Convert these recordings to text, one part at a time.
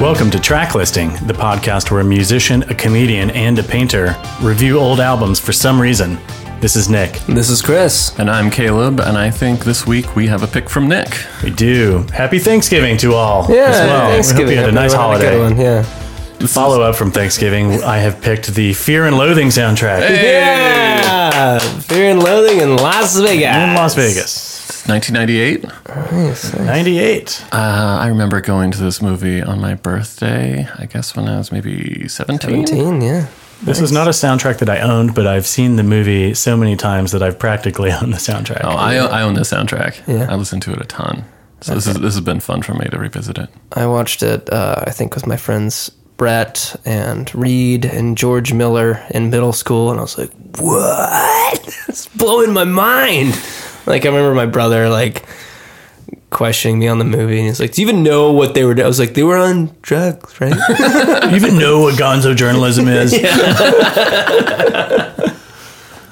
Welcome to Track Listing, the podcast where a musician, a comedian, and a painter review old albums for some reason. This is Nick. This is Chris. And I'm Caleb, and I think this week we have a pick from Nick. We do. Happy Thanksgiving to all. Yeah, as well. Thanksgiving. We hope you had a Everyone nice had a good holiday. one, Yeah. Follow up from Thanksgiving, I have picked the Fear and Loathing soundtrack Yeah. Fear and Loathing in Las Vegas. in Las Vegas, 1998. Uh, 98. I remember going to this movie on my birthday, I guess when I was maybe 17. 17, yeah. This is not a soundtrack that I owned, but I've seen the movie so many times that I've practically owned the soundtrack. Oh, I, I own the soundtrack. Yeah. I listened to it a ton. So this, is, this has been fun for me to revisit it. I watched it, uh, I think, with my friends Brett and Reed and George Miller in middle school, and I was like, what? it's blowing my mind. Like, I remember my brother, like, questioning me on the movie, and he's like, do you even know what they were doing? I was like, they were on drugs, right? you even know what gonzo journalism is.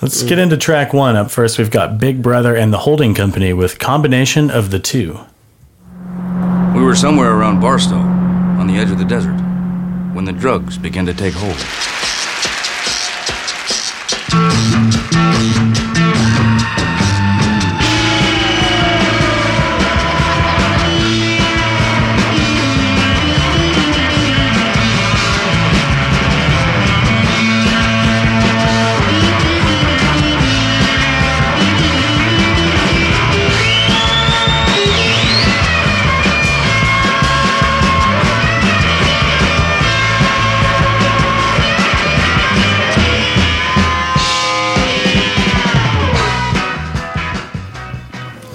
Let's get into track one. Up first, we've got Big Brother and the Holding Company with combination of the two. We were somewhere around Barstow, on the edge of the desert, when the drugs began to take hold.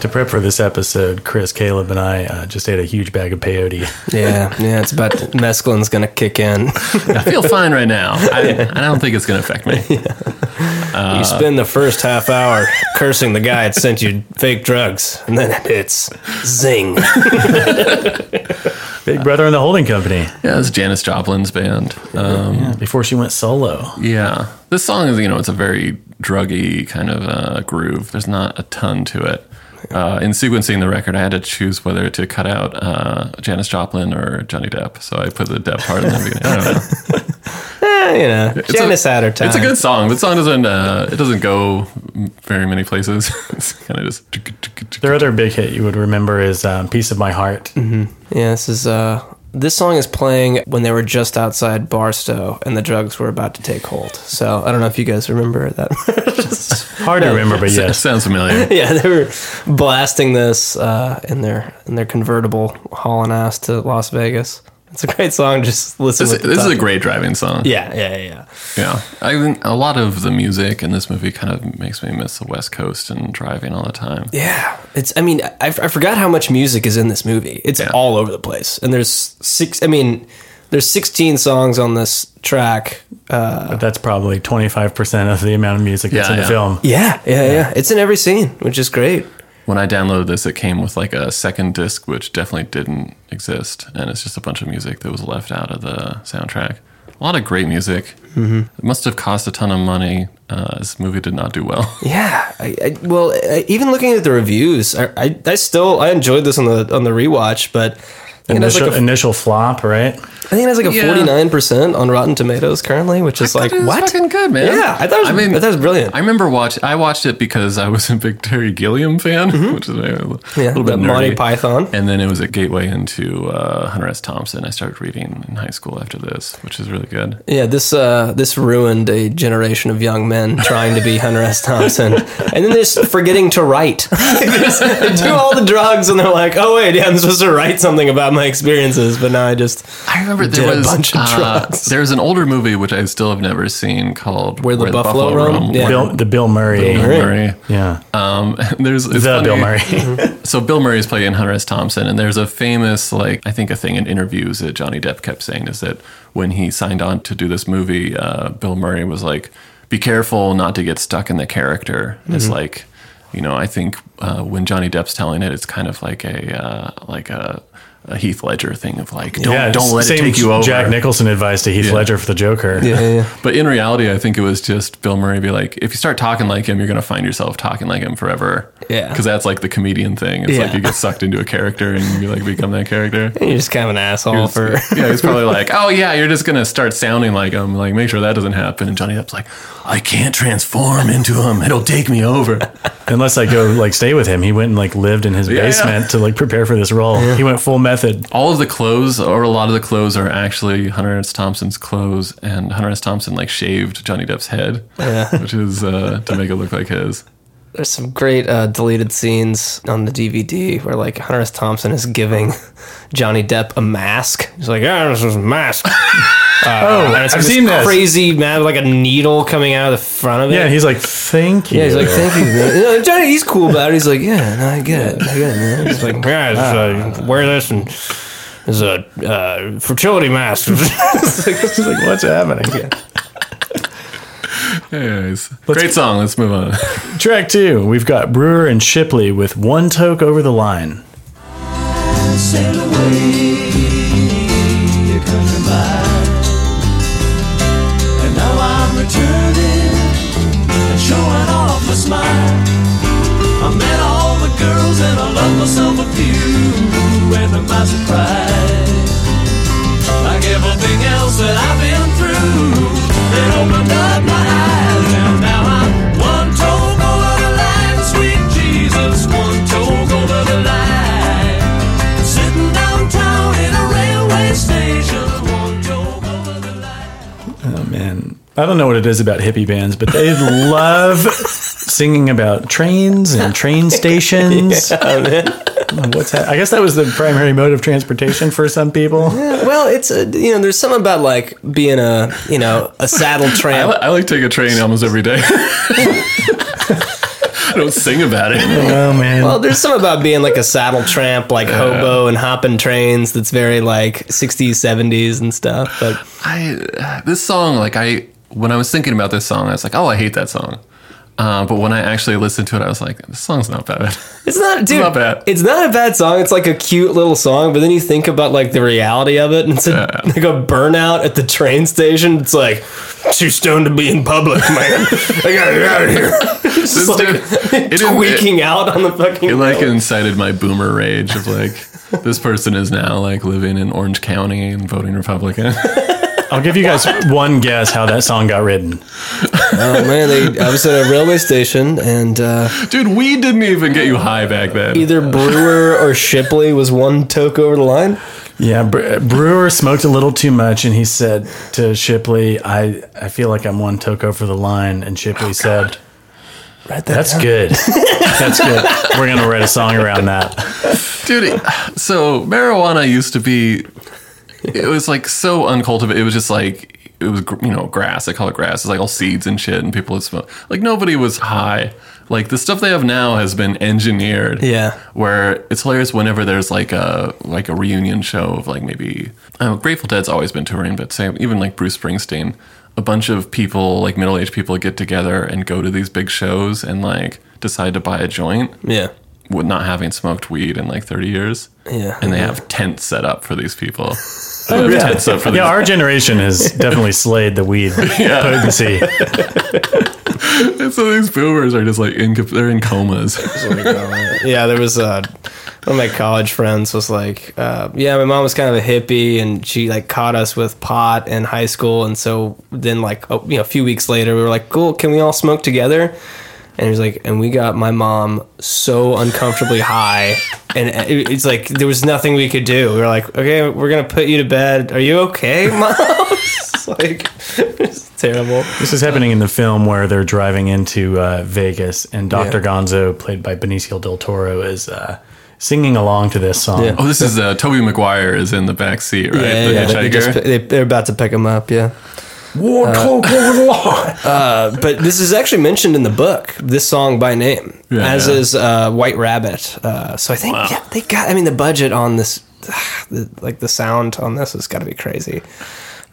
To prep for this episode, Chris, Caleb, and I uh, just ate a huge bag of peyote. yeah, yeah, it's about mescaline's gonna kick in. I feel fine right now. I, I don't think it's going to affect me. Uh, You spend the first half hour cursing the guy that sent you fake drugs, and then it hits zing. Big Brother and the Holding Company. Yeah, it's Janis Joplin's band. Um, Yeah, before she went solo. Yeah, this song is you know it's a very druggy kind of uh, groove. There's not a ton to it. Uh, in sequencing the record, I had to choose whether to cut out uh, Janis Joplin or Johnny Depp, so I put the Depp part in the beginning. I don't know. Eh, you know, Janice had her time. It's a good song. The song doesn't uh, it doesn't go very many places. it's kind of just Their other big hit you would remember is um, Piece of My Heart. Yeah, this is uh this song is playing when they were just outside Barstow and the drugs were about to take hold. So I don't know if you guys remember that. Hard to remember, but It yes. sounds familiar. yeah, they were blasting this uh, in their in their convertible hauling ass to Las Vegas. It's a great song. Just listen. This, with the this is a top. great driving song. yeah, yeah, yeah. Yeah, I think a lot of the music in this movie kind of makes me miss the West Coast and driving all the time. Yeah, it's. I mean, I, I forgot how much music is in this movie. It's Yeah. all over the place, and there's six. I mean, there's 16 songs on this track. Uh, But that's probably 25% of the amount of music that's Yeah, in the yeah. film. yeah, yeah, yeah. It's in every scene, which is great. when I downloaded this, it came with like a second disc, which definitely didn't exist, and it's just a bunch of music that was left out of the soundtrack. A lot of great music. Mm-hmm. It must have cost a ton of money. Uh, this movie did not do well. Yeah. I, I, well, I, even looking at the reviews, I, I, I still I enjoyed this on the on the rewatch, but. I think, it has Initial, like a, initial flop, right? I think it has like a Yeah. 49% on Rotten Tomatoes currently, which is like, It was what? Fucking good, man. Yeah, I thought it was- I thought it was brilliant. I remember watch. I watched it because I was a big Terry Gilliam fan, which is a little, Mm-hmm. Yeah, little the bit nerdy. Monty Python. And then it was a gateway into uh, Hunter S. Thompson. I started reading in high school after this, which is really good. Yeah, this uh, this ruined a generation of young men trying to be Hunter S. Thompson, and then they're just forgetting to write. they just- they do all the drugs, and they're like, "Oh wait, yeah, I'm supposed to write something about my experiences," but now I just I remember did there a was bunch of uh, drugs. there was an older movie which I still have never seen called Where the Buffalo Roam? Yeah. Bill Bill, the Bill Murray. Murray. Murray. Yeah. Um, there's it's the funny. Bill Murray. So Bill Murray is playing Hunter S. Thompson, and there's a famous like I think a thing in interviews that Johnny Depp kept saying is that when he signed on to do this movie, uh, Bill Murray was like, "Be careful not to get stuck in the character." It's Mm-hmm. like, you know, I think uh, when Johnny Depp's telling it, it's kind of like a uh, like a a Heath Ledger thing of like, don't, yeah, don't let it same take you over. Jack Nicholson advice to Heath Yeah. Ledger for the Joker. Yeah, yeah, yeah. But in reality, I think it was just Bill Murray be like, if you start talking like him, you're going to find yourself talking like him forever. Yeah. Because that's like the comedian thing. It's like Yeah. you get sucked into a character and you like become that character. You're just kind of an asshole for. yeah, he's probably like, oh yeah, you're just going to start sounding like him. Like, make sure that doesn't happen. And Johnny Depp's like, I can't transform into him. It'll take me over. Unless I go like stay with him, he went and like lived in his Yeah, yeah. basement to like prepare for this role. He went full method. All of the clothes, or a lot of the clothes, are actually Hunter S. Thompson's clothes. And Hunter S. Thompson like shaved Johnny Depp's head, which is uh, to make it look like his. There's some great uh, deleted scenes on the DVD where like Hunter S. Thompson is giving Johnny Depp a mask. He's like, "Yeah, this is a mask." oh, and it's I've this seen this. crazy man with, like a needle coming out of the front of it. Yeah, he's like, thank you. Yeah, he's like, thank you, man. You know, Johnny, he's cool about it. He's like, yeah, no, I get it. I get it, man. He's like, guys, uh, wear this and there's a uh, fertility mask. It's like- it's like, what's happening? Anyways, great song. Let's move on. Track two, we've got Brewer and Shipley with one toke over the line. sail away. Here comes the tide. And now I'm returning and showing off my smile. I met all the girls and I love myself a few. And to my surprise, like everything else that I've been through, it opened up my eyes. And now I'm one toe over the line, sweet Jesus, one toe over the line. Sitting downtown in a railway station, one joke over the line. Oh man, I don't know what it is about hippie bands, but they love singing about trains and train stations. What's that? I guess that was the primary mode of transportation for some people. well, it's a, you know, there's something about like being a you know a saddle I, tramp. li- I like take a train almost every day. I don't sing about it. Oh man, Well, there's something about being like a saddle tramp, like hobo and hopping trains. That's very like 60s, 70s and stuff. But I this song like I when I was thinking about this song, I was like, oh, I hate that song. Uh, but when I actually listened to it, I was like, this song's not bad. It's not, dude. It's not, not bad. a bad song. It's like a cute little song, but then you think about like the reality of it, and it's a, like a burnout at the train station. It's like too stoned to be in public, man. I gotta get out of here. It's just This like dude- it is- tweaking out on the fucking. It like incited my boomer rage of like, this person is now like living in Orange County and voting Republican. I'll give you guys one guess how that song got written. oh man, they, I was at a railway station, and uh, Dude, we didn't even get you high back then. either Brewer or Shipley was one toke over the line. Yeah, Bre- Brewer smoked a little too much, and he said to Shipley, "I I feel like I'm one toke over the line." And Shipley said, Right there. "That's good. That's good. We're gonna write a song around that." dude so marijuana used to be it was like so uncultivated it was just like it was gr- you know grass they call it grass it's like all seeds and shit and people would smoke like nobody was high like the stuff they have now has been engineered Yeah. where it's hilarious whenever there's like a like a reunion show of like maybe I don't know, Grateful Dead's always been touring, but say even like Bruce Springsteen, a bunch of people like middle aged people get together and go to these big shows and like decide to buy a joint yeah. with not having smoked weed in like 30 years. Yeah. And they have tents set up for these people. They have Oh, Yeah, tents up for these- yeah our generation has definitely slayed the weed potency. And so these boomers are just like, in, they're in comas. yeah, there was uh, one of my college friends was like, uh, yeah, my mom was kind of a hippie, and she like caught us with pot in high school, and so then like oh, you know a few weeks later, we were like, cool, can we all smoke together? And he was like, and we got my mom so uncomfortably high, and it- it's like there was nothing we could do. We were like, okay, we're gonna put you to bed. Are you okay, mom? it's like it's terrible. This is happening in the film where they're driving into uh, Vegas, and Dr. Yeah. Gonzo, played by Benicio del Toro, is uh, singing along to this song. Yeah. Oh, this is uh, Toby Maguire is in the back seat, Yeah, right? the yeah, they hitchhiker. just, they, they're about to pick uh, him up. Yeah. but this is actually mentioned in the book. This song by name, Yeah, as yeah. is uh, White Rabbit. Uh, so I think yeah, they got. I mean, the budget on this, the, like the sound on this, has got to be crazy.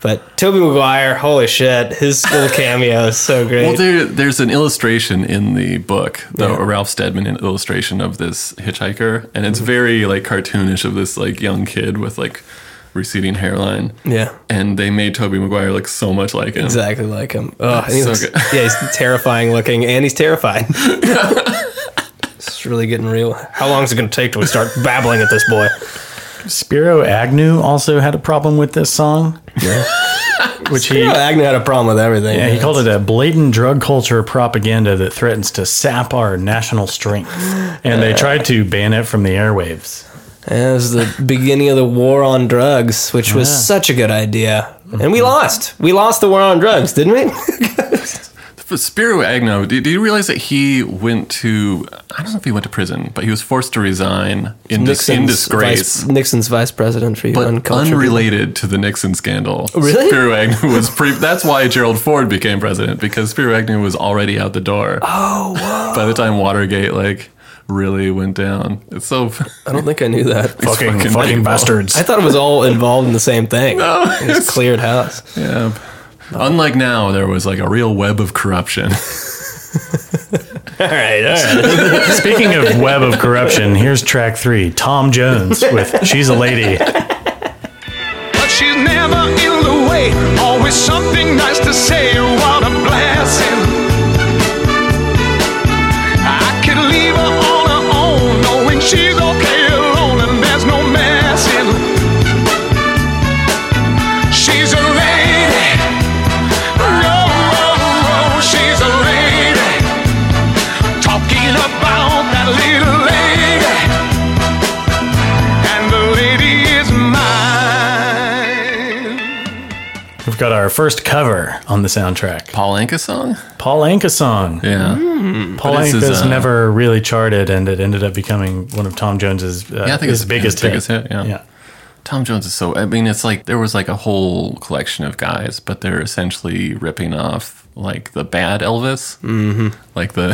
But Toby Maguire, holy shit, his little cameo is so great. Well, there, there's an illustration in the book, the Ralph Steadman illustration of this hitchhiker, and it's very like cartoonish of this like young kid with like receding hairline. yeah. And they made Toby Maguire look so much like him. Exactly like him. Oh, and he So looks, good. yeah, he's terrifying looking, and he's terrified. it's really getting real. How long is it going to take till we start babbling at this boy? Spiro Agnew also had a problem with this song. Which he You know, Agnew had a problem with everything. Yeah, he called it a blatant drug culture propaganda that threatens to sap our national strength. And they tried to ban it from the airwaves. Yeah, it was the beginning of the war on drugs, which was Yeah. such a good idea, and we lost. We lost the war on drugs, didn't we? But Spiro Agnew, do, do you realize that he went to, I don't know if he went to prison, but he was forced to resign in, dis- in disgrace. vice, Nixon's vice president for you, But uncultured. unrelated to the Nixon scandal, Really? Spiro Agnew was pre- that's why Gerald Ford became president because Spiro Agnew was already out the door. Oh, by the time Watergate like really went down, it's so I don't think I knew that. Fucking- fucking fucking bastards. I thought it was all involved in the same thing. it was cleared house. oh, yeah. oh. Unlike now, there was like a real web of corruption. All right, all right. Speaking of web of corruption, here's track three Tom Jones with She's a Lady. But she's never in the way. Always something nice to say. What a blessing. I can leave her on her own, knowing she's okay alone and there's no messing. She's a lady. Oh, oh, oh, she's a lady. Talking about that little lady. And the lady is mine. We've got our first cover on the soundtrack Paul Anka song, Paul Anka song. yeah, Paul But this is, Anka's uh, never really charted, and it ended up becoming one of Tom Jones's uh, yeah. I think his it's biggest, biggest hit. hit. Yeah. Tom Jones is so. I mean, it's like there was like a whole collection of guys, but they're essentially ripping off like the bad Elvis, mm-hmm. like the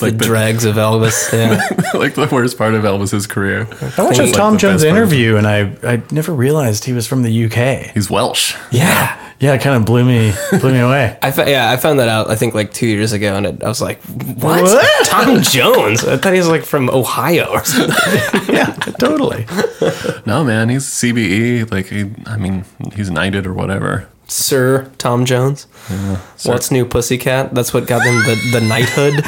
like the dregs of Elvis. Yeah. like the worst part of Elvis's career. I watched a Like Tom the Jones best part. interview, and I, I never realized he was from the UK. He's Welsh. yeah. Yeah, it kind of blew me blew me away. I fa- yeah, I found that out. I think like two years ago, and it, I was like, "What? What? Tom Jones? I thought he was like from Ohio or something." yeah, totally. No, man, he's CBE. Like, he, I mean, he's knighted or whatever. Sir Tom Jones. What's new, Pussycat? That's what got him the, the knighthood.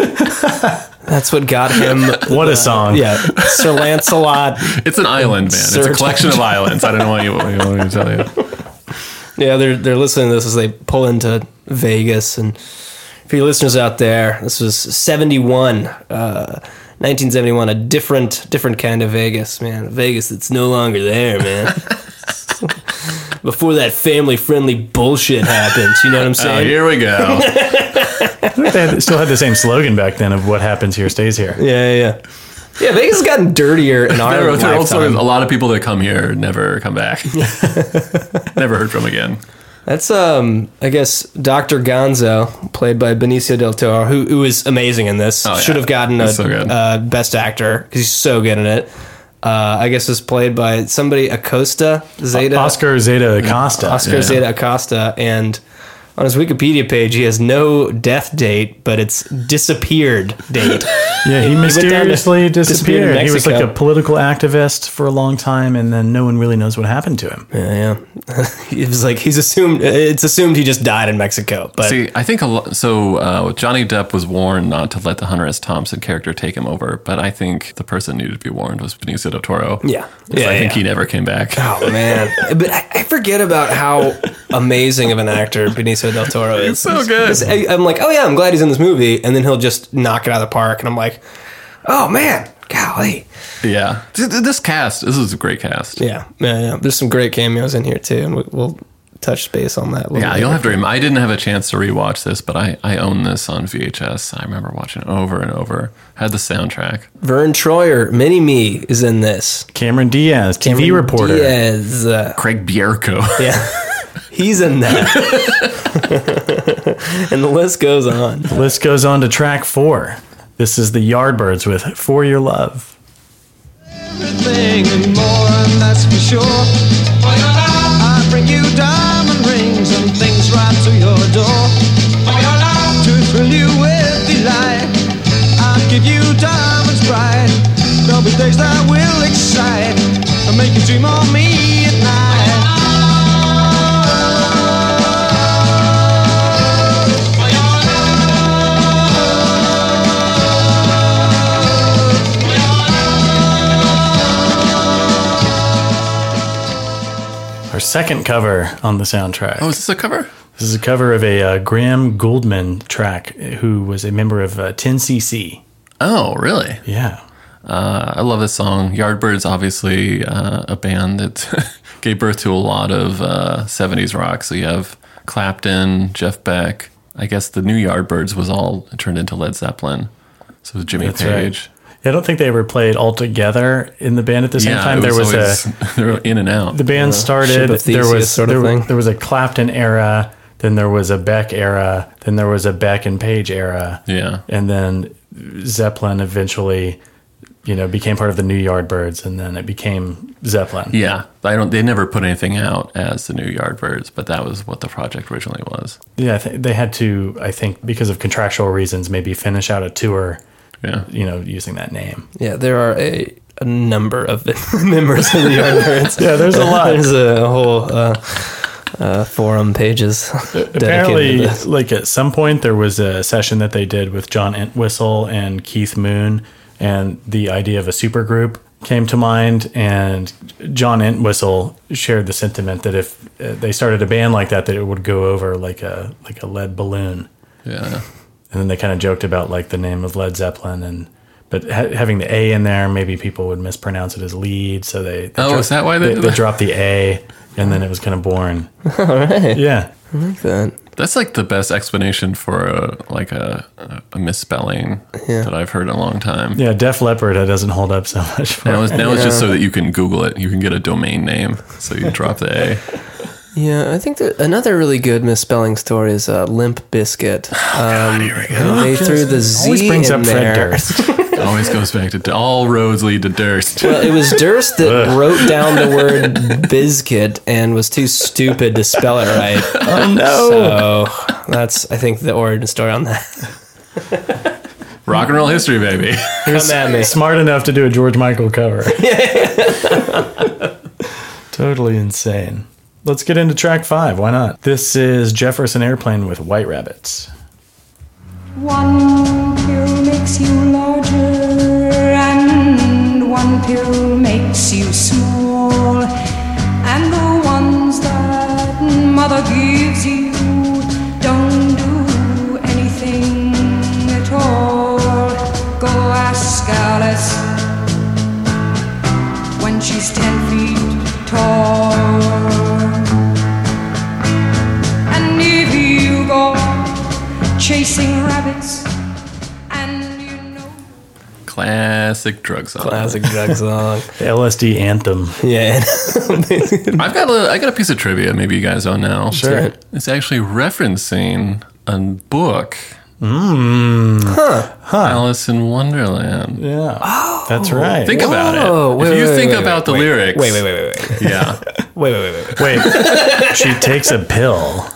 That's what got him. What a song. Yeah, Sir Lancelot. It's an island, man. it's Sir a collection of islands. I don't know what you what you want me to tell you. Yeah, they're they're listening to this as they pull into Vegas, and for you listeners out there, this was seventy one. Uh, 1971, a different, different kind of Vegas, man. A Vegas that's no longer there, man. Before that family-friendly bullshit happened, you know what I'm Oh, saying? here we go. I think they had- still had the same slogan back then of what happens here stays here. yeah, yeah, yeah. Yeah, Vegas has gotten dirtier in our There, there lifetime. also is a lot of people that come here never come back. never heard from again. That's um, I guess Doctor Gonzo, played by Benicio del Toro, who who is amazing in this. Oh, yeah. Should have gotten a He's so good. uh, best actor because he's so good in it. Uh, I guess was played by somebody Acosta Zeta Oscar Zeta Acosta. Oscar Zeta Acosta, and on his Wikipedia page he has no death date, but it's disappeared date. Yeah, he down to- mysteriously disappeared in disappeared. He was like Mexico. a political activist for a long time, and then no one really knows what happened to him. yeah, yeah. it was like he's assumed it's assumed he just died in Mexico, but See, I think a lot. So uh, Johnny Depp was warned not to let the Hunter S. Thompson character take him over, but I think the person who needed to be warned was Benicio del Toro. Yeah. 'Cause Yeah, I think yeah. he never came back. Oh man! but I, I forget about how amazing of an actor Benicio del Toro is. so good. 'Cause I, am like, oh yeah, I'm glad he's in this movie, and then he'll just knock it out of the park, and I'm like, oh man, golly, Yeah, Th- th- this cast. This is a great cast. yeah, yeah, yeah. There's some great cameos in here too, and we, we'll touch base on that. a little Yeah, later. you'll have to remember. I didn't have a chance to rewatch this, but I, I own this on VHS. I remember watching it over and over. Had the soundtrack. Vern Troyer, Mini Me, is in this. Cameron Diaz, TV reporter. Diaz, uh, Craig Bierko. yeah, he's in that, and the list goes on. The list goes on to track four. This is the Yardbirds with For Your Love. everything and more, and that's for sure. For your love, I bring you diamond rings your door. To thrill you with delight, I'll give you diamonds bright. There'll be days that will excite and make you dream of me at night. Our second cover on the soundtrack. Oh, is this a cover? This is a cover of a uh, Graham Gouldman track, who was a member of uh, 10cc. Oh, really? Yeah. Uh, I love this song. Yardbirds, obviously, uh, a band that gave birth to a lot of uh, 70s rock. So you have Clapton, Jeff Beck. I guess the new Yardbirds was all turned into Led Zeppelin. So it was Jimmy That's Page. I don't think they ever played all together in the band at the same time. it There was a always- they were in and out. the band started. Ship of there was Theseus sort of there, thing. there was a Clapton era, then there was a Beck era, then there was a Beck and Page era, yeah. and then Zeppelin eventually, you know, became part of the New Yardbirds, and then it became Zeppelin. Yeah, I don't. They never put anything out as the new Yardbirds, but that was what the project originally was. Yeah, I thi- they had to, I think, because of contractual reasons, maybe finish out a tour, Yeah, you know, using that name. Yeah, there are a, a number of members of the Yardbirds. Yeah, there's a lot. There's a whole uh, uh, forum pages dedicated Apparently, to this. like at some point, there was a session that they did with John Entwistle and Keith Moon, and the idea of a supergroup came to mind. And John Entwistle shared the sentiment that if uh, they started a band like that, that it would go over like a like a lead balloon. yeah. And then they kind of joked about like the name of Led Zeppelin and. But ha- having the A in there, maybe people would mispronounce it as lead. So they, they Oh, dro- is that why they, they- they dropped the A, and then it was kind of boring. Yeah, That- That's like the best explanation for a, like a, a misspelling Yeah. that I've heard in a long time. Yeah, Def Leppard it doesn't hold up so much. For Now, it's, now it's just so that you can Google it. You can get a domain name, so you drop the A. Yeah, I think that another really good misspelling story is uh, Limp Biscuit. Um, They threw the Z always brings in up Fred there. Durst. It always goes back to all roads lead to Durst. Well, it was Durst that wrote down the word biscuit and was too stupid to spell it right. Oh no! So that's I think the origin story on that. Rock and roll history, baby. Come at me. Smart enough to do a George Michael cover. totally insane. Let's get into track five. Why not? This is Jefferson Airplane with White Rabbits. One pill makes you larger, and one pill makes you small. And the ones that mother gives you don't do anything at all. Go ask Alice when she's ten feet tall. And if you go chasing rabbits, and you know. Classic drug song. Classic drug song. The LSD anthem. Yeah. I've got a I got a piece of trivia. Maybe you guys don't know. Sure. It's actually referencing a book. Hmm. Huh. Alice in Wonderland. Yeah. That's Oh. right. Think about Whoa, it. wait, if you wait, think wait, wait, about the lyrics. Wait, wait, wait, wait, wait, wait. Yeah. wait, wait, wait, wait. Wait, she takes a pill.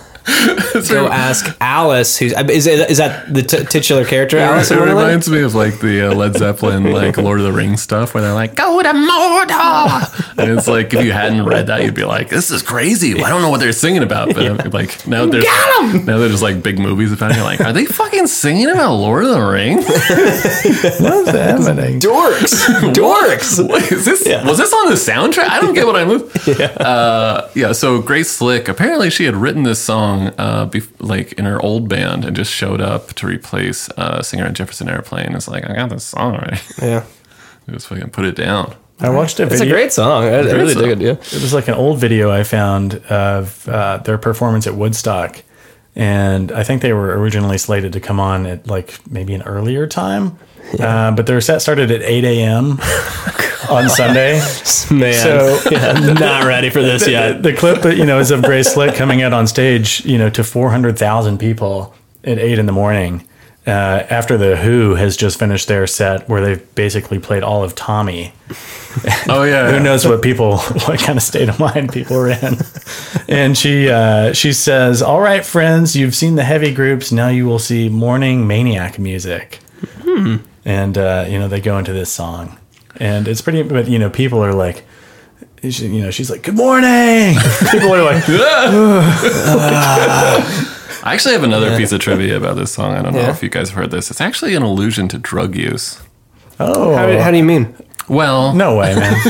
Go ask Alice. Who's is it, is that the t- titular character? Alice. it in Wonderland? reminds me of like the uh, Led Zeppelin, like Lord of the Rings stuff, where they're like, "Go to Mordor," and it's like if you hadn't read that, you'd be like, "This is crazy." Well, I don't know what they're singing about, but uh, like now there's now there's like big movies about it. You're like, are they fucking singing about Lord of the Rings? What's happening? Dorks. Dorks. What is this? Was this on the soundtrack? I don't get what I'm. Yeah. Uh, yeah. So Grace Slick, apparently she had written this song, uh, bef- like in her old band, and just showed up to replace uh, singer in Jefferson Airplane. It's like I got this song already. Yeah. just fucking put it down. I watched a It's a video. great song. I, I really song. dig it. it was like an old video I found of uh, their performance at Woodstock, and I think they were originally slated to come on at like maybe an earlier time, uh, but their set started at eight a.m. on Sunday. Yeah. Man, So I'm not ready for this yet. the clip that you know is of Grace Slick coming out on stage, you know, to four hundred thousand people at eight in the morning. uh, after the Who has just finished their set where they've basically played all of Tommy. Oh yeah. Who knows what people, what kind of state of mind people are in? and she uh, she says, "All right, friends, you've seen the heavy groups. Now you will see morning maniac music." Hmm. And uh, you know they go into this song, and it's pretty. But you know people are like. She, you know, she's like, "Good morning." People are like, I actually have another piece of trivia about this song. I don't know Yeah. if you guys have heard this. It's actually an allusion to drug use. "Oh, How, do- how do you mean? Well, no way, man!"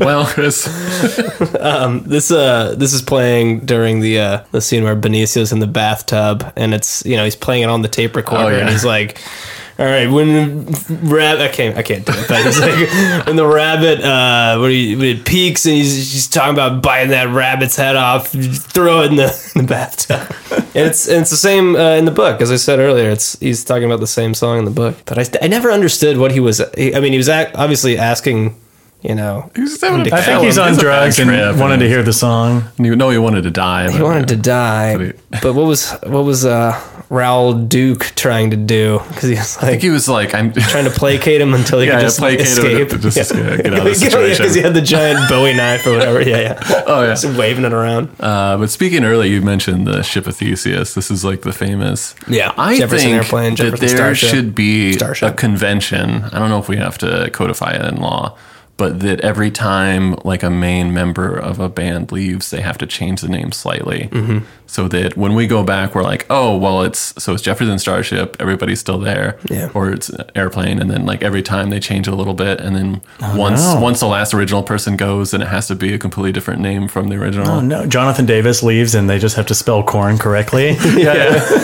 well, Chris. This uh this is playing during the uh the scene where Benicio's in the bathtub and it's you know he's playing it on the tape recorder Oh, yeah. and he's like all right when rabbit I can't I can't do it but he's like when the rabbit uh when, he, when it peaks and he's he's talking about biting that rabbit's head off throw it in the, in the bathtub and it's and it's the same uh, in the book as I said earlier it's he's talking about the same song in the book but I, I never understood what he was I mean he was ac obviously asking you know He's just having a I think bad he's one. on It's a bad drugs and trip, wanted to hear the song. You know, he wanted to die. He wanted to die, But but what was what was uh, Raoul Duke trying to do? Because he was like He was like, I'm trying to placate him until he Yeah, could yeah, just placate him escape. to just, uh, get out of the situation. Because he had the giant Bowie knife or whatever. Yeah, yeah. Oh yeah. Just waving it around. Uh, but speaking earlier, you mentioned the ship of Theseus. This is like the famous. Yeah, I Jefferson think Airplane, that Jefferson there Starship. should be Starship. a convention. I don't know if we have to codify it in law, but that every time like a main member of a band leaves, they have to change the name slightly, Mm-hmm. so that when we go back, we're like, oh, well, it's so it's Jefferson Starship. Everybody's still there, Yeah. or it's Airplane, and then like every time they change it a little bit, and then Oh, once no. once the last original person goes, then it has to be a completely different name from the original. Oh no, Jonathan Davis leaves, and they just have to spell corn correctly.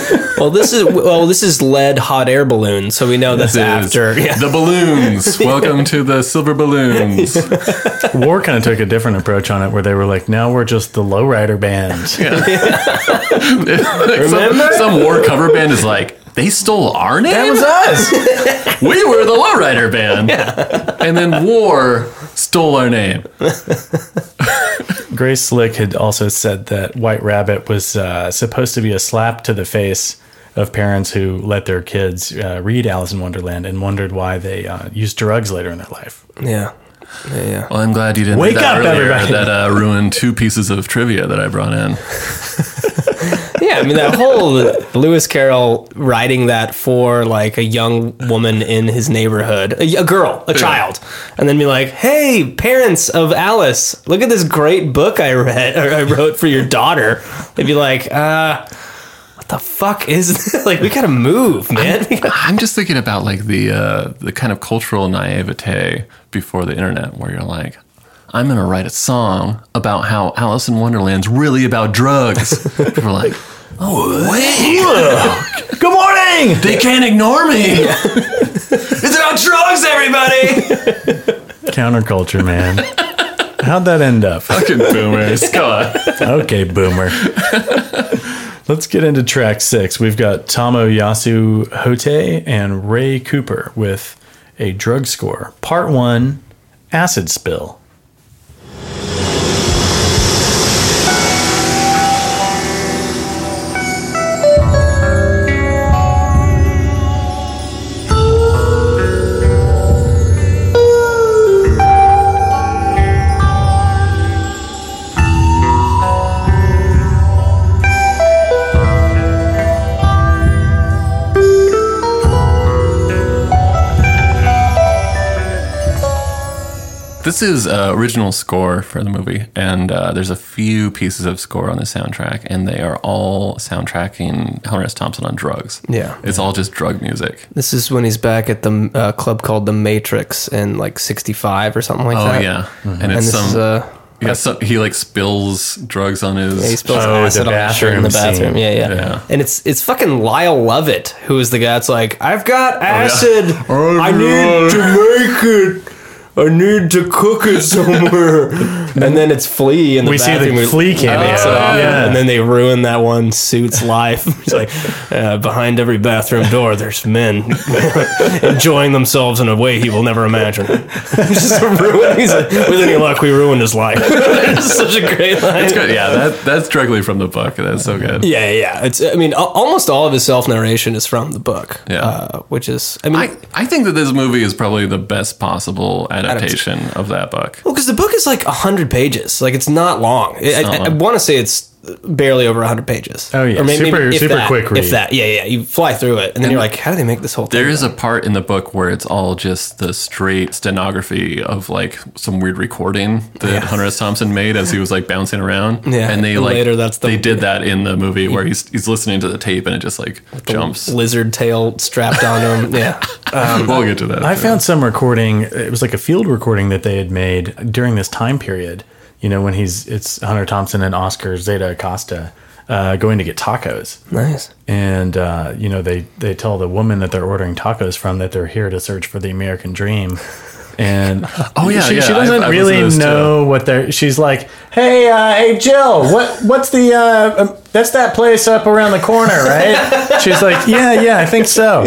Well, this is well, this is lead hot air balloon, so we know that's This is after. Yeah. The balloons. Welcome to the silver balloons. War kind of took a different approach on it, where they were like, "Now we're just the lowrider band." Like some, some war cover band is like, they stole our name. us. we were the lowrider band, and then war stole our name. Grace Slick had also said that White Rabbit was uh, supposed to be a slap to the face of parents who let their kids uh, read Alice in Wonderland and wondered why they uh, used drugs later in their life. yeah. Yeah, yeah. Well, I'm glad you didn't Wake do that up, earlier. everybody. That uh, ruined two pieces of trivia that I brought in. Yeah, I mean that whole Lewis Carroll writing that for like a young woman in his neighborhood, a, a girl, a child, and then be like, "Hey, parents of Alice, look at this great book I read or I wrote for your daughter." They'd be like, "Uh, what the fuck is this? like we gotta move, man." I'm just thinking about like the uh, the kind of cultural naivete before the internet, where you're like, I'm gonna write a song about how Alice in Wonderland's really about drugs. People are like, Good morning. they can't ignore me. it's about drugs, everybody. Counterculture, man. How'd that end up? Fucking boomers, come on. Okay, boomer. Let's get into track six. We've got Tomo Yasu Hote and Ray Cooper with a drug score. Part one Acid Spill. This is uh, original score for the movie, and uh, there's a few pieces of score on the soundtrack, and they are all soundtracking Hunter S. Thompson on drugs. Yeah. it's all just drug music. this is when he's back at the uh, club called the Matrix in like '65 or something like Oh that. Mm-hmm. yeah, and and it's this some. is uh, yeah, so he like spills drugs on his. He spills Oh, acid the on his shirt in the bathroom bathroom. Yeah, yeah, Yeah. And it's it's fucking Lyle Lovett Oh, who is the guy that's like, I've got acid. I need to make it. I need to cook it somewhere. and then it's Flea in the We see the bathroom. who Flea cameo. knocks it off, Yeah. And then they ruin that one suit's life. It's like uh, behind every bathroom door, there's men enjoying themselves in a way he will never imagine. Just ruin, he's like, with any luck, we ruined his life. it's such a great line. It's good. Yeah, that that's directly from the book. That's so good. Yeah, yeah. It's I mean, al- almost all of his self narration is from the book. Yeah. uh, which is I mean, I, I think that this movie is probably the best possible adaptation of that book. well, because the book is like hundred pages. Like it's not long. I, not I, long. want to say it's barely over hundred pages. Oh, yeah. Super- if super that- quick If read. that, yeah, yeah. You fly through it, and then you're like, how do they make this whole thing? There is a part in the book where it's all just the straight stenography of like some weird recording that Hunter S. Thompson made as he was like bouncing around. Yeah, and they and like later that's the- they did that in the movie where he's he's listening to the tape and it just like jumps. lizard tail strapped on him. yeah, we'll get to that. I too. found some recording. It was like a field recording that they had made during this time period. You know, when he's it's Hunter Thompson and Oscar Zeta Acosta uh, going to get tacos, nice. and uh, you know they they tell the woman that they're ordering tacos from that they're here to search for the American dream. And oh yeah, she, yeah, she I've- doesn't I've really listened to those, know what they're. She's like, hey, uh, hey, Jill, what what's the uh, um, that's that place up around the corner, right? she's like, yeah, yeah, I think so.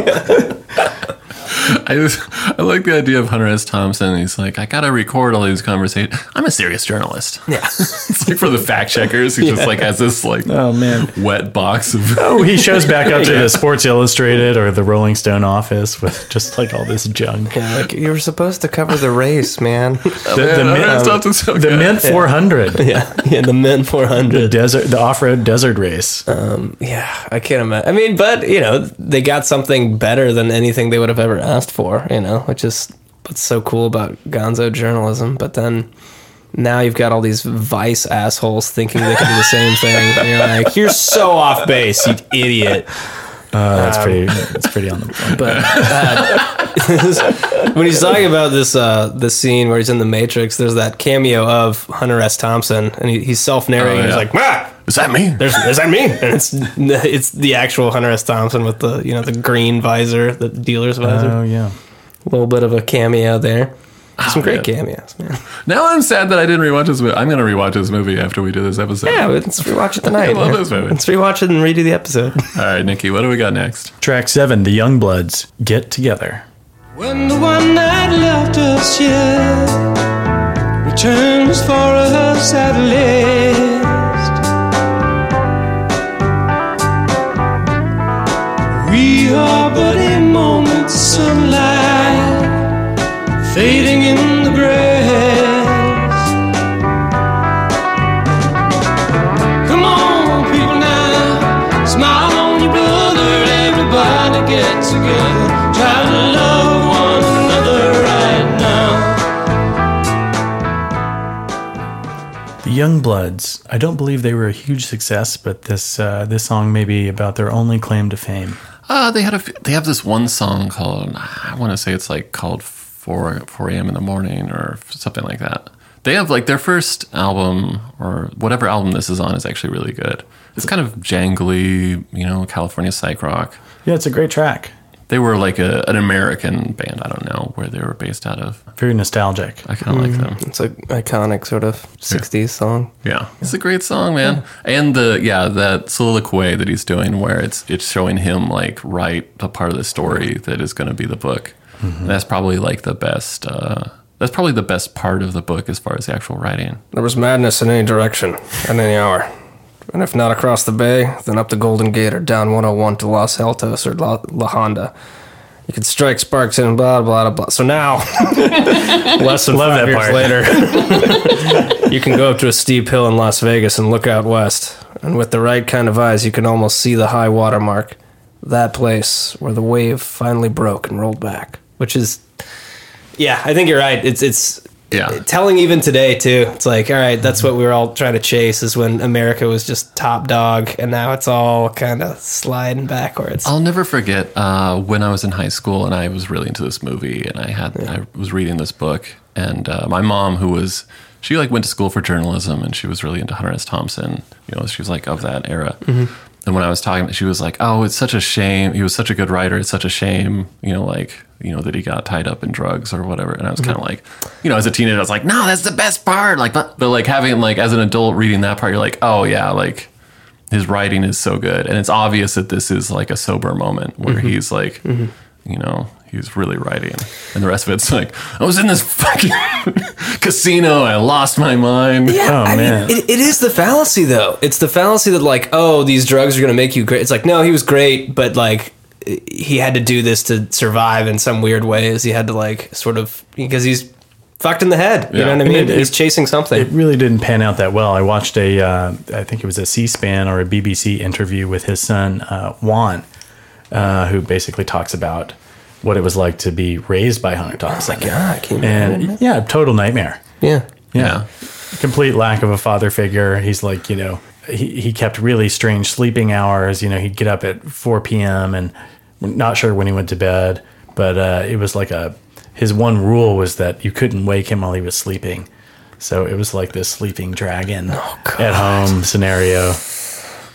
I just, I like the idea of Hunter S. Thompson. He's like, I gotta record all these conversations. I'm a serious journalist. Yeah, it's like for the fact checkers. He just like has this like Oh man. wet box of Oh, he shows back up to the Sports Illustrated or the Rolling Stone office with just like all this junk. Yeah, like you were supposed to cover the race, man. The, the, Hunter S. Mint, Thompson's so the good. Mint 400, yeah, yeah. The men four the hundred. desert, the off-road desert race. Yeah, I can't imagine. I mean, but you know, they got something better than anything they would have ever asked for. You know, which is what's so cool about Gonzo journalism. But then now you've got all these vice assholes thinking they can do the same thing. And you're like, you're so off base, you idiot. Oh, that's Um, pretty. That's pretty on the point. But uh, when he's talking about this uh, this scene where he's in the Matrix, there's that cameo of Hunter S. Thompson, and he, he's self narrating. Oh, yeah. He's like, ah! Is that me? There's, is that me? And it's it's the actual Hunter S. Thompson with the you know the green visor, the dealer's visor. Oh yeah. a Uh, little bit of a cameo there. Some great man. cameos, man. Now I'm sad that I didn't rewatch this movie. I'm gonna rewatch this movie after we do this episode. Yeah, let's rewatch it tonight. I love this movie. Let's rewatch it and redo the episode. All right, Nikki, what do we got next? Track seven: The Young Bloods get together. When the one night left us yet returns for us at last. We are but a moment's sunlight fading in the grass. Come on, people now, smile on your brother. Everybody get together, try to love one another right now. The Young Bloods. I don't believe they were a huge success, but this uh, this song may be about their only claim to fame. Uh, they had a f- they have this one song called I want to say it's like called four four a.m. in the morning or f- something like that. They have like their first album or whatever album this is on is actually really good. It's kind of jangly, you know, California psych rock. Yeah, it's a great track. They were like a, an American band. I don't know where they were based out of. Very nostalgic. I kind of like them. It's an iconic sort of '60s song. Yeah, it's a great song, man. And the yeah that soliloquy that he's doing where it's it's showing him like write the part of the story that is going to be the book. That's probably like the best. Uh, that's probably the best part of the book as far as the actual writing. There was madness in any direction, at any hour. And if not across the bay, then up the Golden Gate or down 101 to Los Altos or La, La Honda. You could strike sparks and blah, blah, blah, blah. So now, less than Love five that years part. later, you can go up to a steep hill in Las Vegas and look out west. And with the right kind of eyes, you can almost see the high water mark. That place where the wave finally broke and rolled back. Which is, yeah, I think you're right. It's, it's, Yeah, telling even today too it's like all right that's what we were all trying to chase is when america was just top dog and now it's all kind of sliding backwards Oh, I'll never forget uh, when I was in high school and I was really into this movie and I had I was reading this book and uh, my mom who was she like went to school for journalism and she was really into Hunter S. Thompson. You know, she was like of that era. And when I was talking, she was like, "Oh, it's such a shame. He was such a good writer. It's such a shame, you know, like." You know that he got tied up in drugs or whatever, and I was kind of like, you know, as a teenager, I was like, no, that's the best part. Like, but, but like having like as an adult reading that part, you're like, oh yeah, like his writing is so good and it's obvious that this is like a sober moment where Mm-hmm. he's like you know he's really writing and the rest of it's like i was in this fucking casino i lost my mind Oh, I man. mean, it, it is the fallacy though. It's the fallacy that like, oh, these drugs are gonna make you great. It's like, no, he was great, but like, he had to do this to survive in some weird ways. He had to like sort of because he's fucked in the head. You Yeah. know what I mean? And it- he's it- chasing something. It really didn't pan out that well. I watched a, uh, I think it was a C-SPAN or a BBC interview with his son uh, Juan, uh, who basically talks about what it was like to be raised by Hunter Thompson. Oh God, can you and yeah, total nightmare. yeah. Yeah. Complete lack of a father figure. He's like, you know, he, he kept really strange sleeping hours. You know, he'd get up at 4 p.m. and not sure when he went to bed, but uh, it was like a, his one rule was that you couldn't wake him while he was sleeping. So it was like this sleeping dragon Oh, at home scenario.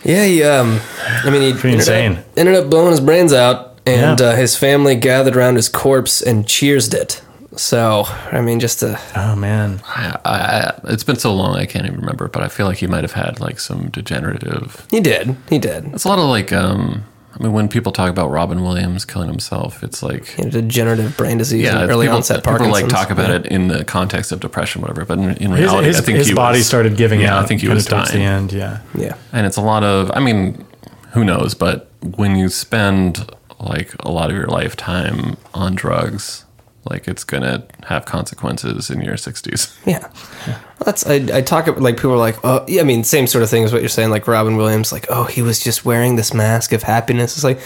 Yeah, he, um, I mean, he ended insane. Up, ended up blowing his brains out, and Yeah. uh, his family gathered around his corpse and cheersed it. So, I mean, just a Oh, man. I, I, I- it's been so long i can't even remember but i feel like he might have had like some degenerative he did, he did. it's a lot of like um i mean when people talk about robin williams killing himself it's like He had a degenerative brain disease, yeah, and it's early people, onset people Parkinson's. like talk about it in the context of depression, whatever. But in, in His, reality, his, I think his he body was- started giving yeah, out I think he kinda was towards the dying. end. Yeah. Yeah, And it's a lot of, I mean, who knows, but when you spend like a lot of your lifetime on drugs, like it's going to have consequences in your 60s. yeah. That's I, I talk about like people are like, oh, yeah, I mean, same sort of thing as what you're saying. Like Robin Williams, like, oh, he was just wearing this mask of happiness. It's like,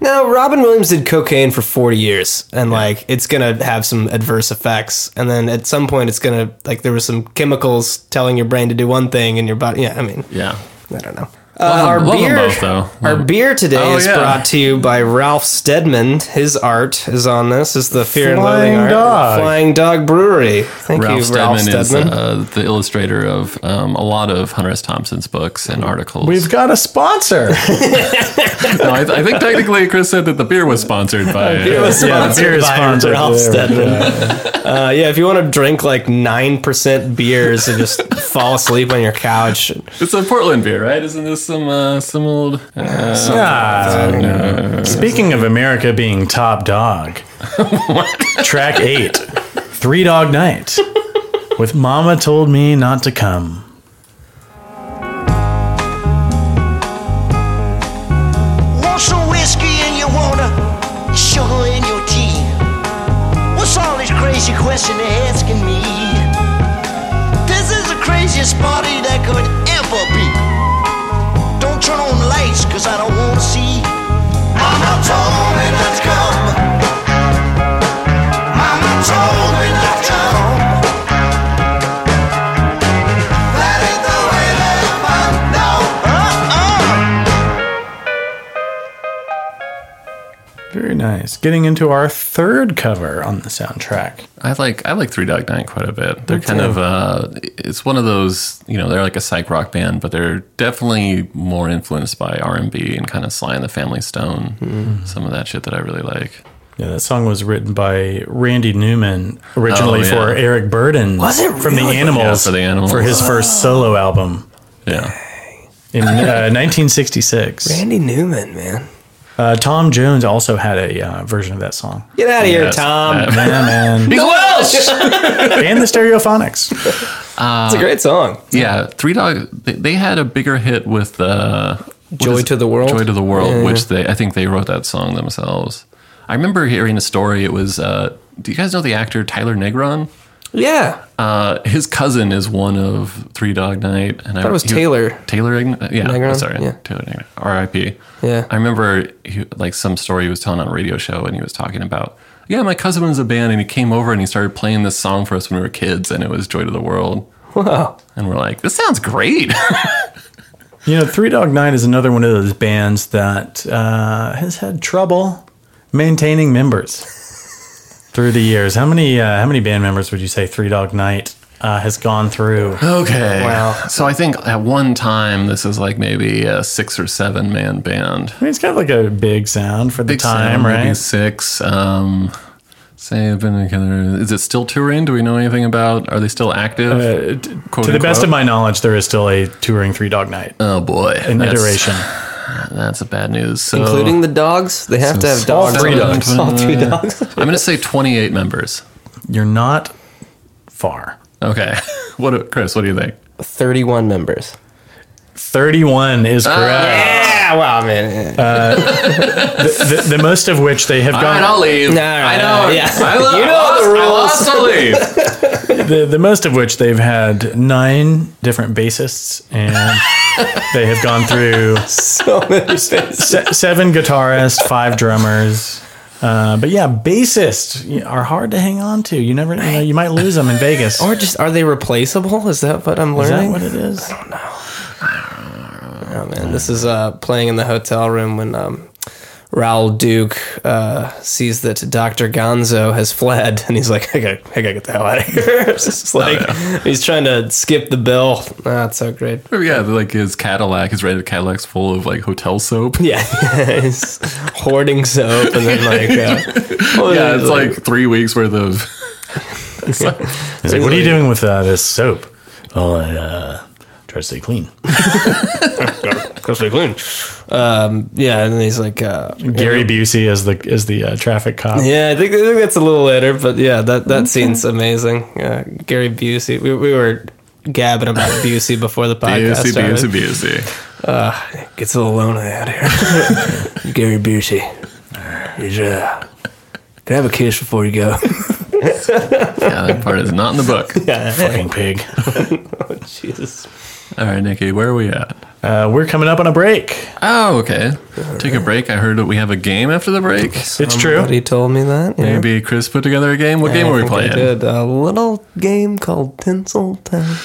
no, Robin Williams did cocaine for 40 years, and like it's gonna have some adverse effects, and then at some point it's gonna like there was some chemicals telling your brain to do one thing and your body. Yeah, I mean, Yeah. I don't know. Uh, Love 'em- our love 'em beer, both, though. our beer today Oh, is yeah. brought to you by Ralph Stedman. His art is on this. Is the Fear Flying and Loathing art, Dog. Flying Dog Brewery. Thank Ralph you, Steadman, Ralph is Stedman. uh, the illustrator of um, a lot of Hunter S. Thompson's books and articles. We've got a sponsor. no, I, I think technically Chris said that the beer was sponsored by. It was Yeah, the sponsored beer is by sponsored. Ralph Yeah. Steadman. Uh, yeah, if you want to drink like nine percent beers and just fall asleep on your couch, It's a Portland beer, right? Isn't this some uh, some old? Uh, Ah, Speaking of America being top dog, track eight, Three Dog Night, with Mama Told Me Not to Come. Want some whiskey in your water, sugar in your tea. What's all this crazy question they're asking me? This is the craziest party that could ever be. Don't turn on the lights, cause I don't wanna see. Mama told me not to come. Mama told me not to come. That ain't the way to live, no. Uh-uh. Very nice. Getting into our third cover on the soundtrack. I like I like Three Dog Night quite a bit. They're kind of uh, it's one of those you know they're like a psych rock band, but they're definitely more influenced by R and B and kind of Sly and the Family Stone, Mm. some of that shit that I really like. Yeah, that song was written by Randy Newman originally Oh, yeah. for Eric Burden. Was it from really? the Animals? Yeah, for the Animals. for his first solo album Yeah, in uh, 1966. Andy Newman, man, Uh, Tom Jones also had a uh, version of that song. get out of here, Yes. Tom. Uh, Yeah, man. he's Welsh. and the Stereophonics. it's Uh, a great song. Yeah, Three Dog. They, they had a bigger hit with uh, what Joy is- to the World? Joy to the World, which they I think they wrote that song themselves. I remember hearing a story. It was uh, do you guys know the actor Tyler Negron? Yeah, Uh, his cousin is one of Three Dog Night, and I thought it was he- Taylor. Taylor, Ign- uh, yeah, Negron? sorry, Yeah. Taylor Negron, R.I.P. Yeah. I remember he, like some story he was telling on a radio show, and he was talking about, yeah, my cousin was in a band, and he came over and he started playing this song for us when we were kids, and it was Joy to the World, wow. and we're like, this sounds great. You know, Three Dog Night is another one of those bands that uh, has had trouble maintaining members through the years. How many uh, how many band members would you say Three Dog Night uh, uh, has gone through. Okay. Wow. So I think at one time this is like maybe a six or seven man band. I mean, it's got like a big sound for the Big time, sound, Maybe right? six. Um, say I've been together. Is it still touring? Do we know anything about? Are they still active? Uh, t- to the best of my knowledge, there is still a touring Three Dog Night, Oh boy. an That's- iteration. That's a bad news. So, Including the dogs? They have to have All dogs. three on them. dogs. Mm. All three dogs. I'm going to say 28 members. You're not far. Okay. What, do- Chris? What do you think? 31 members. Ah, 31 is Ah, correct. Yeah, well, I mean, Uh, the, the most of which they have All right, I'll gone. leave. No, I no, know. no, yeah. I lo- You I know lost, the I rules. lost, I'll leave. The, the most of which they've had nine different bassists, and they have gone through so many things. se- seven guitarists, five drummers. Uh, but yeah, bassists are hard to hang on to. You never, you know, you might lose them in Vegas. Or just, are they replaceable? Is that what I'm is that learning? what it is? Oh man, this is uh, playing in the hotel room when um, Raul Duke uh, sees that Doctor Gonzo has fled, and he's like, "I gotta, I gotta get the hell out of here." it's just Oh, like he's trying to skip the bill. Oh, that's so great. Yeah, like his Cadillac, his red Cadillac's full of like hotel soap. Yeah, he's hoarding soap, and then like, uh, what Yeah, is it? it's like three weeks worth of. It's like- He's like, what are you doing with uh, this soap? Oh, I uh, try to stay clean. um, yeah, and then he's like, uh, Gary Busey as the is the uh, traffic cop. Yeah, I think, I think that's a little later, but yeah, that, that scene's amazing. Uh, Gary Busey, we, we were gabbing about Busey before the podcast. Busey, started. Busey, Busey. Gets a little lonely out here. Gary Busey, he's uh, can I have a kiss before you go? Yeah, that part is not in the book. Fucking pig. Jesus, All right, Nikki, where are we at? Uh, we're coming up on a break. Oh, okay. Take a break. I heard that we have a game after the break. It's Um, true. he told me that. yeah. Maybe Chris put together a game. What game I are we think I playing? did a little game called Tinsel Town.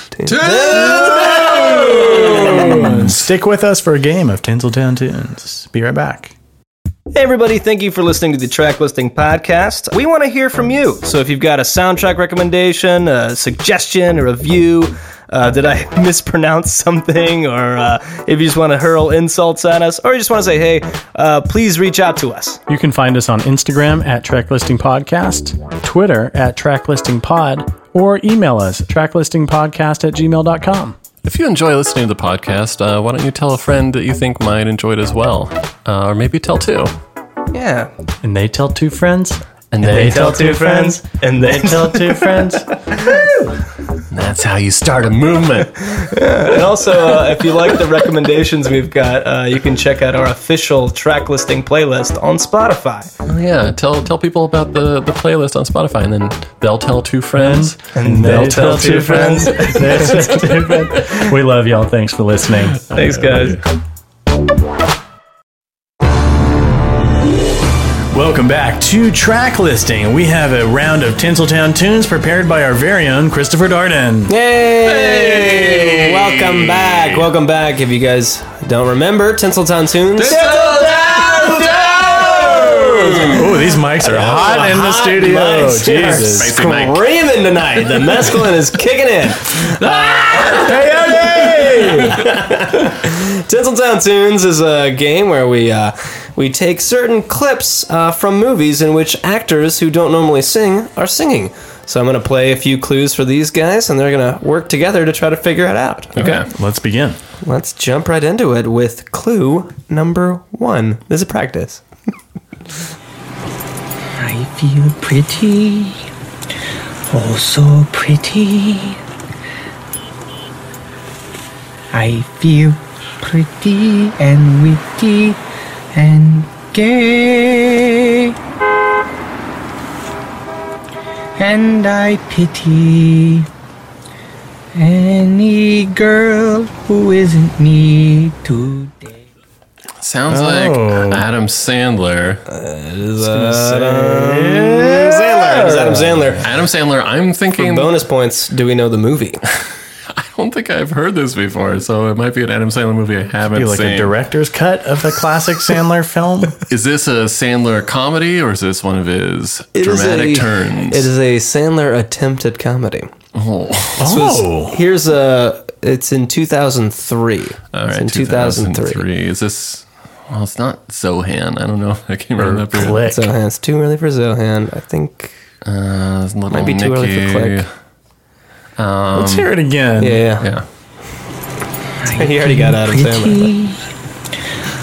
Stick with us for a game of Tinseltown Tunes. Be right back. Hey, everybody, thank you for listening to the Track Listing Podcast. We want to hear from you. So if you've got a soundtrack recommendation, a suggestion, a review, uh, did I mispronounce something, or uh, if you just want to hurl insults at us, or you just want to say, hey, uh, please reach out to us. You can find us on Instagram at Tracklisting Podcast, Twitter at Tracklisting Pod, or email us tracklistingpodcast at gmail.com. If you enjoy listening to the podcast, uh, why don't you tell a friend that you think might enjoy it as well? Uh, or maybe tell two. Yeah, And they tell two friends. And they tell two friends. And then Tell two friends. That's how you start a movement. And also, uh, if you like the recommendations we've got, uh, you can check out our official track listing playlist on Spotify. Oh, yeah, tell tell people about the, the playlist on Spotify, and then they'll tell two friends. And they'll tell two friends. They tell two friends. We love y'all. Thanks for listening. Thanks, guys. Welcome back to Track Listing. We have a round of Tinseltown Tunes prepared by our very own Christopher Darden. Hey! Welcome back. Welcome back. If you guys don't remember, Tinseltown Tunes. Oh, these mics are hot in the Hot studio. mics. Jesus. Spicy mic. Screaming tonight. The mescaline is kicking in. Ah! Tinseltown Tunes is a game where we uh, we take certain clips uh, from movies in which actors who don't normally sing are singing. So I'm going to play a few clues for these guys, and they're going to work together to try to figure it out. Okay. Let's begin. Let's jump right into it with clue number one. This is practice. I feel pretty. Oh, so pretty. I feel pretty and witty and gay. And I pity any girl who isn't me today. Sounds like Adam Sandler. Sandler. It's Adam Sandler. Adam Sandler. I'm thinking. Bonus points. Do we know the movie? I don't think I've heard this before, so it might be an Adam Sandler movie I haven't Be like seen. a director's cut of the classic Sandler film. Is this a Sandler comedy or is this one of his dramatic turns? It is a Sandler attempt at comedy. Oh, This was- Oh. here's a. It's in 2003. All it's right, in 2003. 2003. Is this? Well, it's not Zohan. I don't know if I came around that period. Zohan. It's too early for Zohan. I think. Uh, might be too early for Click. Um, Let's hear it again. Yeah, yeah. Yeah. he already got Adam Sandler.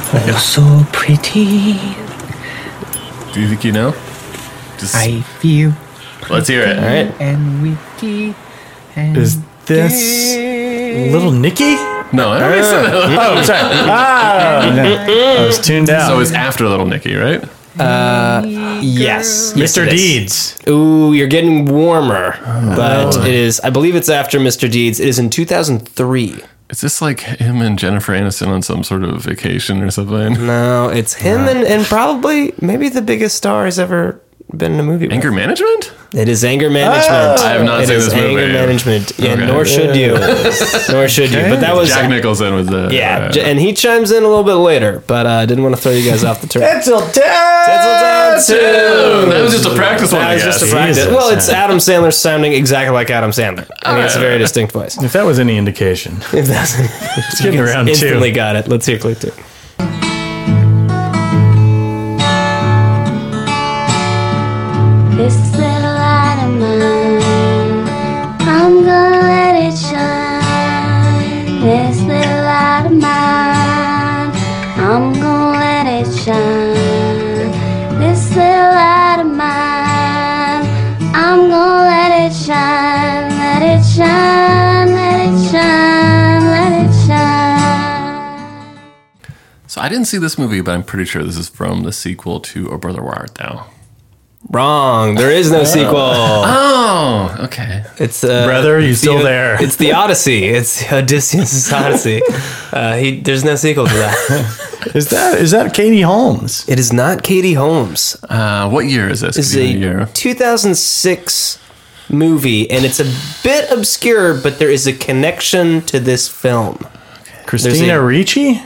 Pretty. Oh, so pretty. Do you think you know? Just, I feel let's hear it. All right. and witty. And Is this Little Nicky? No, I already said that. Oh, sorry. Ah, yeah. I was tuned out. So it's after Little Nicky, right? Yes, yes, Mr. it is. Deeds. Ooh, you're getting warmer. Oh, But it is, I believe it's after Mr. Deeds. It is in 2003. Is this like him and Jennifer Aniston on some sort of vacation or something? No, it's him and, and probably maybe the biggest star he's ever been in a movie. with. Anger management? It is anger management. I have not It seen is this anger movie. management. Yeah, Okay. nor should you. nor should you. But that was Jack Nicholson was the yeah, uh, j- and he chimes in a little bit later. But uh, I didn't want to throw you guys off the track. Oh, that was just a practice one. That I was just a guess. practice. Jesus. Well, it's Adam Sandler sounding exactly like Adam Sandler. I mean, it's a very distinct voice. If that was any indication, If that's it's getting around two. instantly got it. Let's hear click two. This little light of mine, I'm gonna let it shine. This little light of mine, I'm gonna let it shine. This little light of mine, I'm gonna let it shine. Let it shine, let it shine, let it shine. So I didn't see this movie, but I'm pretty sure this is from the sequel to Oh Brother Where Art Thou. Wrong. There is no sequel. Oh, okay. It's uh, Brother, you it's still the, there. It's the Odyssey. It's Odysseus' Odyssey. Uh, he, there's no sequel to that. Is that is that Katie Holmes? it is not Katie Holmes. Uh, what year is this? It's Give me the a year. 2006 movie, and it's a bit obscure, but there is a connection to this film. Christina a- Ricci.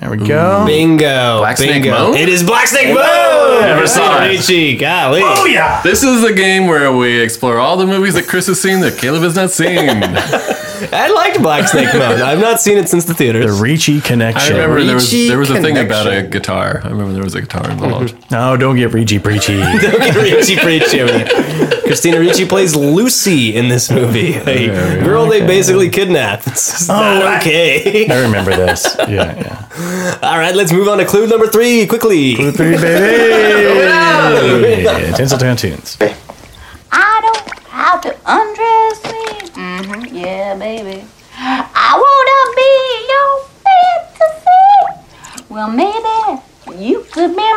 There we go. Bingo. Black Snake bingo. Moan? It is Black Snake Moan. Never saw it. Richie. Golly. Oh, yeah. This is the game where we explore all the movies that Chris has seen that Caleb has not seen. I liked Black Snake Moan. I've not seen it since the The theaters. Ricci I connection. remember there was Ricci there was a thing about a connection. guitar. I remember there was a guitar involved. No, don't get Ricci preachy. Richie Preachy over there. Christina Ricci plays Lucy in this movie. A girl they basically kidnap. It's just not okay. Oh, I remember this. Yeah, yeah. All right, let's move on to clue number three quickly. Three baby. Tinseltown tunes. I don't have to undress me. hmm Yeah, baby. I wanna be your fantasy. Well, maybe you could be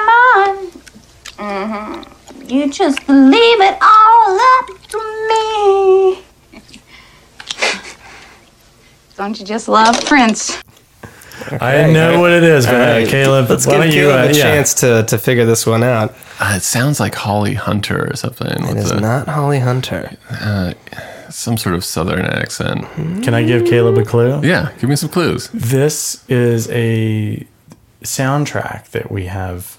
mine. hmm You just leave it all up to me. Don't you just love Prince? I know what it is, but uh, Caleb, Let's why give don't you? Caleb uh, a yeah. chance to, to figure this one out. Uh, it sounds like Holly Hunter or something. It with is a- not Holly Hunter. some sort of southern accent. Can I give Caleb a clue? Yeah, give me some clues. This is a soundtrack that we have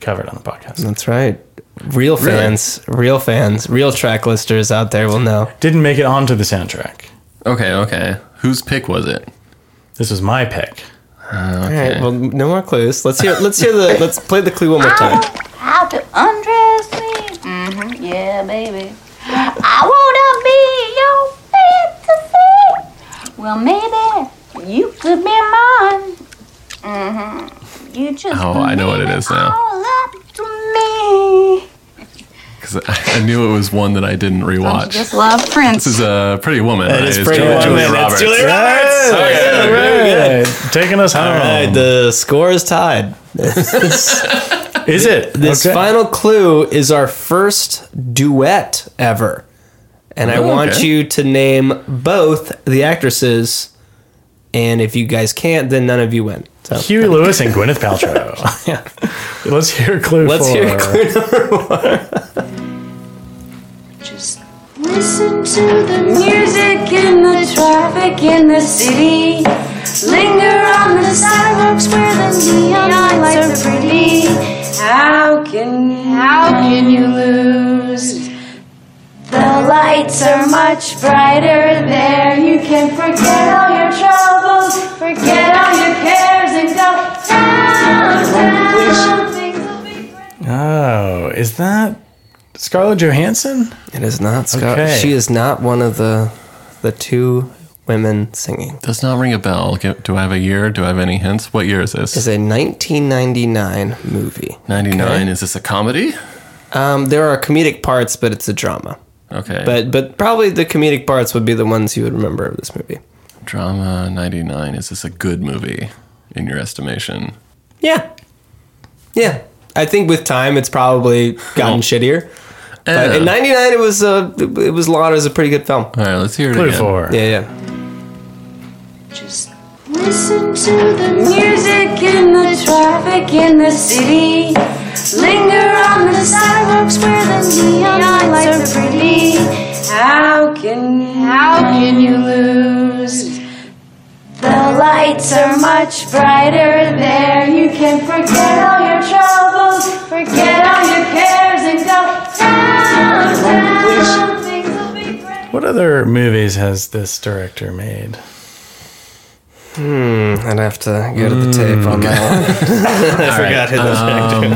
covered on the podcast. That's right. Real fans, real fans, real track listers out there will know. Didn't make it onto the soundtrack. Okay, okay. Whose pick was it? This was my pick. All right. Well, no more clues. Let's hear. Let's hear the. Let's play the clue one more I time. don't have to undress me. hmm Yeah, baby. I wanna be your fantasy. Well, maybe you could be mine. hmm You just Oh, I know what it leave is now. All up to me. Because I, I knew it was one that I didn't Don't you rewatch. just love Prince. This is a Pretty Woman. It is Pretty Woman. It's Julia Roberts. Oh, Okay, Taking us home. All right. The score is tied. Is it This Okay. final clue is our first duet ever, and I Oh, want okay. you to name both the actresses. And if you guys can't, then none of you win. So Huey Lewis and Gwyneth Paltrow. yeah. Let's hear clue. let's four. hear clue number one. Just listen to the music in the traffic in the city. Linger on the sidewalks where the neon lights are pretty. How can how can you lose the lights are much brighter there. You can forget all your troubles, forget all your cares, and go downtown. Oh, is that Scarlett Johansson? It is not Scott. Okay. She is not one of the the two women singing. Does not ring a bell. Gi- Do I have a year? Do I have any hints? What year is this? It's a 1999 movie. 99. Okay. Is this a comedy? Um, there are comedic parts, but it's a drama. Okay. But but probably the comedic parts would be the ones you would remember of this movie. Drama 99. Is this a good movie in your estimation? Yeah. Yeah. I think with time it's probably gotten shittier. But Eh. Uh, in 99 it was uh, it was lauded as a pretty good film. All right, let's hear it Clue again. Four. Yeah, yeah. Just listen to the music in the traffic in the city. Linger on the sidewalks where the neon lights are pretty. How can how can you lose? The lights are much brighter there. You can forget all your troubles, forget all your cares, and go downtown. What other movies has this director made? Hmm, I'd have to go to the tape on that one. I forgot who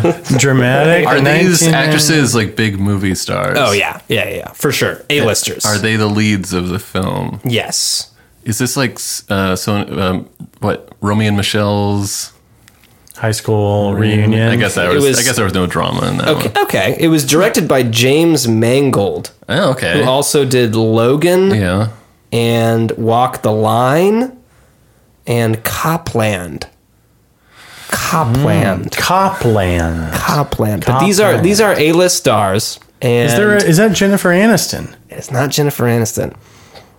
those actors. Dramatic. Are these 1990 actresses like big movie stars? Oh, yeah. Yeah, yeah, for sure. A-listers. Are they the leads of the film? Yes. Is this like uh, so? Um, what Romeo and Michelle's high school reunion? I guess that It was, was- I guess there was no drama in that Okay, one. okay. It was directed by James Mangold. Oh, okay. Who also did Logan. Yeah. And Walk the Line and Copland. Copland. Copland. Mm. Copland. But these are these are A-list stars. And Is there a, is that Jennifer Aniston? It's not Jennifer Aniston.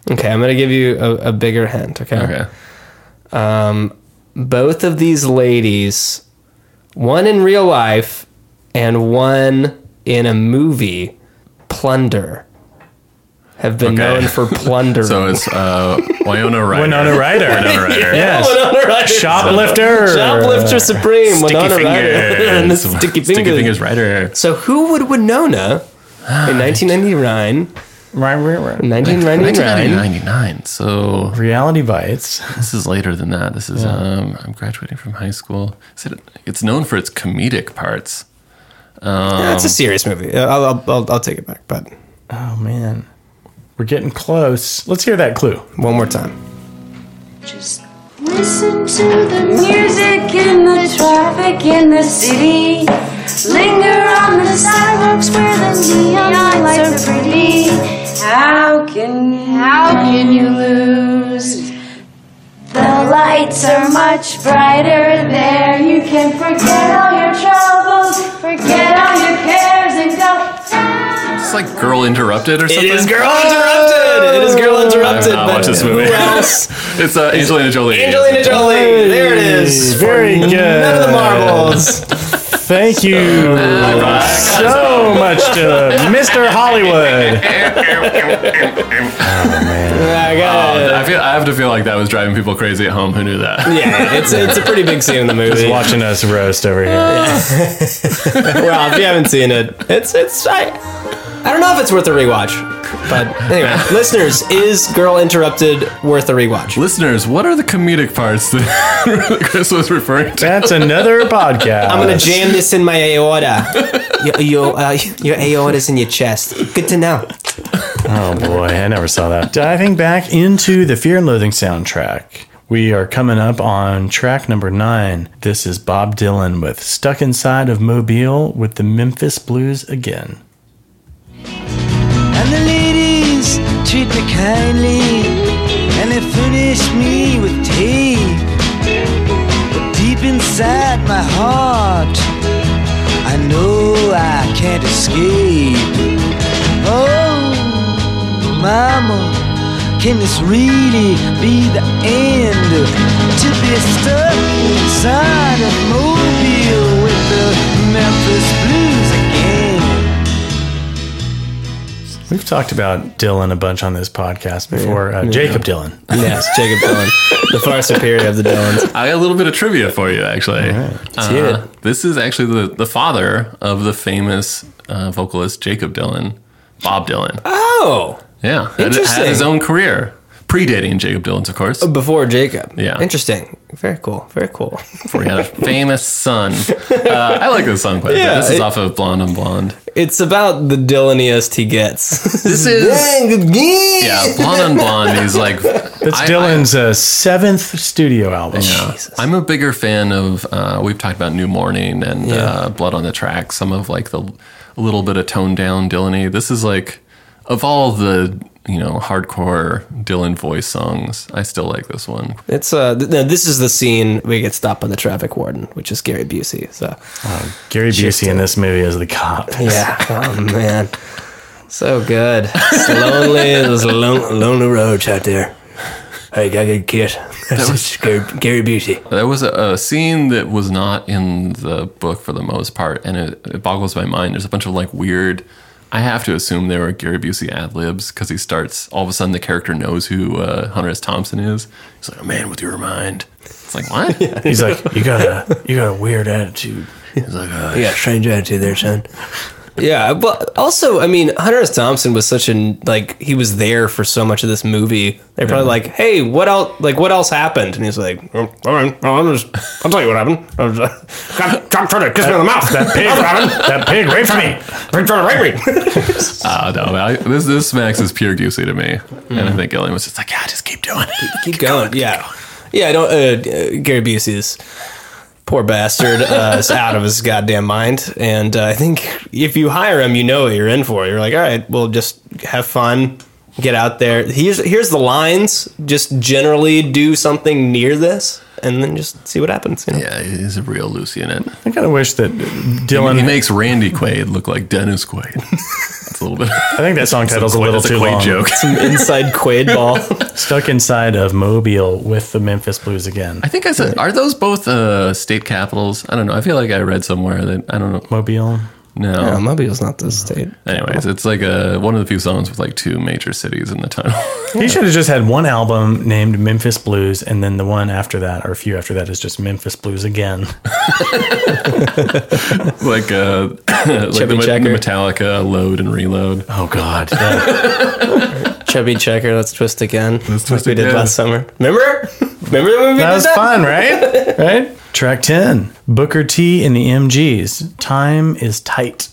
Okay, I'm gonna give you a, a bigger hint. Okay. Okay. Um, both of these ladies, one in real life and one in a movie, plunder, have been known for plundering. So it's uh, Winona Ryder. Winona Ryder. Winona Ryder. Yes. Winona Ryder. Shoplifter. Shoplifter Supreme. Sticky Winona Ryder. and the fingers. sticky Sticky fingers. fingers Ryder. So who would Winona in 1999? Ryan, Ryan, 1999. 1999. So reality bites. This is later than that. This is Yeah. um, I'm graduating from high school. Is it- It's known for its comedic parts. Um, Yeah, it's a serious movie. I'll, I'll, I'll, I'll take it back, but Oh man, we're getting close. Let's hear that clue one more time. Just listen to the music in the traffic in the city. Linger on the sidewalks where the neon lights are pretty. How can how can you lose? The lights are much brighter there. You can forget all your troubles, forget all your cares, and go It's like Girl Interrupted or something. It is Girl Interrupted. It is Girl Interrupted. Oh. I have not watched this movie. Who else? it's uh, Angelina Jolie. Angelina Jolie. There it is. Very good. None of the marbles. Thank you so much to Mr. Hollywood. I got it. Uh, I feel I have to feel like that was driving people crazy at home who knew that. Yeah, it's it's a pretty big scene in the movie. Just watching us roast over here. well, if you haven't seen it, it's it's I, I don't know if it's worth a rewatch. But anyway, listeners, is Girl Interrupted worth a rewatch? Listeners, what are the comedic parts that Chris was referring to? That's another podcast. I'm gonna jam this in my aorta. Your your, uh, your aorta's in your chest. Good to know. Oh boy, I never saw that. Diving back into the Fear and Loathing soundtrack. We are coming up on track number nine. This is Bob Dylan with Stuck Inside of Mobile with the Memphis Blues again. And the ladies treat me kindly, and they furnish me with tape. But deep inside my heart, I know I can't escape. Oh, mama, can this really be the end? To be stuck inside a mobile with the Memphis Blues again. We've talked about Dylan a bunch on this podcast before. Uh, Yeah. Jacob Dylan. Yes, Jacob Dylan, the far superior of the Dylans. I got a little bit of trivia for you, actually. let's hear it. This is actually the, the father of the famous uh, vocalist uh, Jacob Dylan. Bob Dylan. Oh, yeah, Had- Interesting. Had his own career, predating Jacob Dylan's, of course. Before Jacob. Yeah. Interesting. Very cool. Very cool. Before he had a famous son. Uh, I like this song quite a Yeah, bit. This is it- off of Blonde on Blonde. It's about the Dylaniest he gets. This yeah, Blonde on Blonde. He's like That's I- Dylan's uh, seventh studio album. Yeah. Uh, I'm a bigger fan of. Uh, we've talked about New Morning and uh, Blood on the Track. Some of like the a little bit of toned down Dylan. This is like of all the you know hardcore Dylan voice songs, I still like this one. It's uh, th- no, this is the scene we get stopped by the traffic warden, which is Gary Busey. So, Gary Shit. Busey in this movie is the cop. yeah, oh man, so good. It's lonely, it's a lon- lonely road out there. Hey, got a kid. That was Gary, Gary Busey. There was a, a scene that was not in the book for the most part, and it, it boggles my mind. There's a bunch of like weird. I have to assume they were Gary Busey ad libs because he starts all of a sudden the character knows who uh, Hunter S. Thompson is. He's like a man with your mind. It's like what? He's like, you got a you got a weird attitude. He's like, uh, Yeah, strange attitude there, son. Yeah, but also, I mean, Hunter S. Thompson was such an like he was there for so much of this movie. They're probably like, "Hey, what else? Like, what else happened?" And he's like, "Oh, "All right, well, I'm just, I'll tell you what happened. I was, uh, God, John tried to kiss me on the mouth. That pig, that pig raped me. Pig tried to rape me." Ah, no, I, this this smacks is pure Goosey to me, and I think Ellen was just like, yeah, just keep doing it. keep going. yeah, yeah. I don't. Uh, uh, Gary Busey's poor bastard uh, is out of his goddamn mind, and uh, I think if you hire him, you know what you're in for. You're like, all right, well, just have fun, get out there. Here's here's the lines. Just generally do something near this, and then just see what happens. You know? Yeah, he's a real Lucy in it. I kind of wish that He, he Dylan. makes Randy Quaid look like Dennis Quaid. It's a little bit. I think that song title's a Quaid- little that's a too Quaid long. joke. Some inside Quaid ball. Stuck inside of Mobile with the Memphis Blues again. I think I said, are those both uh, state capitals? I don't know. I feel like I read somewhere that I don't know. Mobile. No. No, Mobile's not the state. Anyways, it's like a, one of the few songs with like two major cities in the title. He should have just had one album named Memphis Blues, and then the one after that, or a few after that, is just Memphis Blues again. like uh, like Chubby the, Met- Checker. Metallica, Load and Reload. Oh God, Chubby Checker, let's twist again. Let's twist we did again. last summer. Remember? Remember when we that did was fun, right? Right. Track ten: Booker T and the MGs. Time is tight.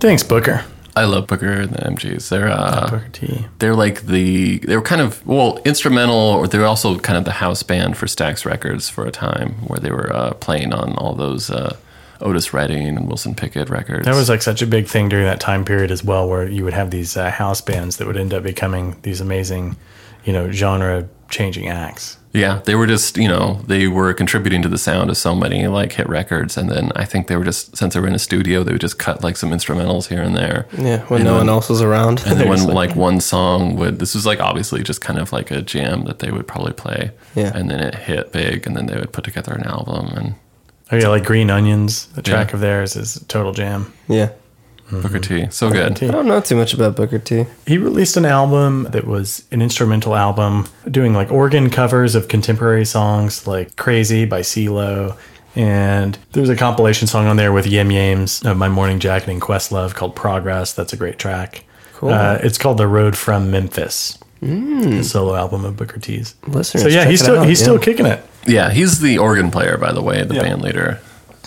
Thanks, Booker. I love Booker and the MGs. They're uh, Booker T. they're like the they were kind of well instrumental or they're also kind of the house band for Stax Records for a time where they were uh, playing on all those uh, Otis Redding and Wilson Pickett records. That was like such a big thing during that time period as well, where you would have these uh, house bands that would end up becoming these amazing, you know, genre changing acts. yeah, they were just you know they were contributing to the sound of so many like hit records, and then I think they were just since they were in a studio they would just cut like some instrumentals here and there. Yeah, when no one else was around. And then There's when like- like one song would, this was like obviously just kind of like a jam that they would probably play. Yeah. And then it hit big, and then they would put together an album. And Oh yeah, like Green Onions. The track Yeah. of theirs is a total jam. yeah. Booker T, so good. T. I don't know too much about Booker T. He released an album that was an instrumental album, doing like organ covers of contemporary songs like Crazy by CeeLo. And there was a compilation song on there with Yim Yams of My Morning Jacket and Questlove called Progress. That's a great track. Cool. Uh, it's called The Road from Memphis. The solo album of Booker T's. Hmm. Listeners, So yeah, check he's it still out, he's yeah. still kicking it. Yeah, he's the organ player, by the way, the Yeah. band leader.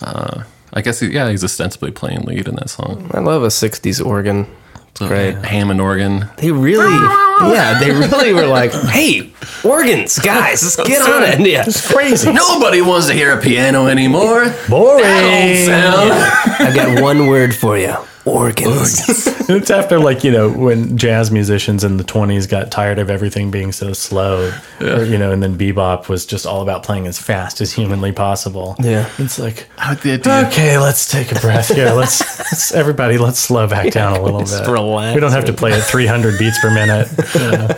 Uh, I guess he, yeah, he's ostensibly playing lead in that song. I love a '60s organ. It's great. Hammond organ. They really, yeah, they really were like, "Hey, organs, guys, let's get on it." Yeah, It's crazy. Nobody wants to hear a piano anymore. Boring. That old sound. I got one word for you: organs. it's after like you know when jazz musicians in the 20s got tired of everything being so slow or, you know and then bebop was just all about playing as fast as humanly possible Yeah. it's like okay let's take a breath here let's, let's everybody let's slow back down a little Just bit relax we don't have to and- play at 300 beats per minute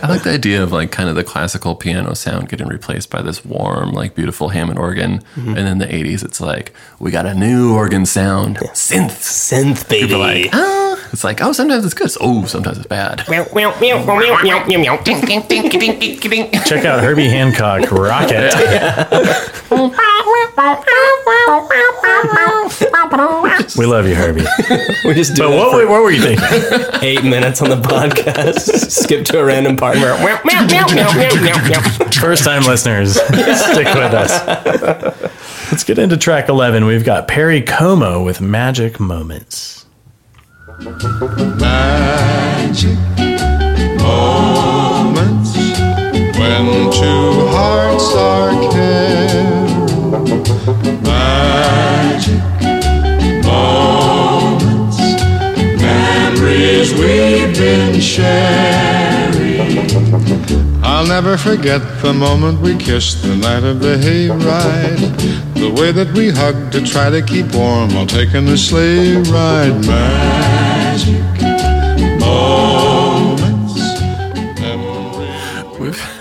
I like the idea of like kind of the classical piano sound getting replaced by this warm, like beautiful Hammond organ, Mhm. and then the '80s, it's like we got a new organ sound, synth, synth baby. like, "Ah." It's like oh, sometimes it's good, oh, sometimes it's bad. check out herbie hancock rocket we love you herbie we just do but what, were- what were you thinking Eight minutes on the podcast. Skip to a random part where First time listeners, stick with us. Let's get into track 11. We've got Perry Como with Magic Moments. Magic moments when two hearts are caring. Magic moments, memories we've been sharing. I'll never forget the moment we kissed the night of the hayride. The way that we hugged to try to keep warm while taking the sleigh ride. Magic moments. We've-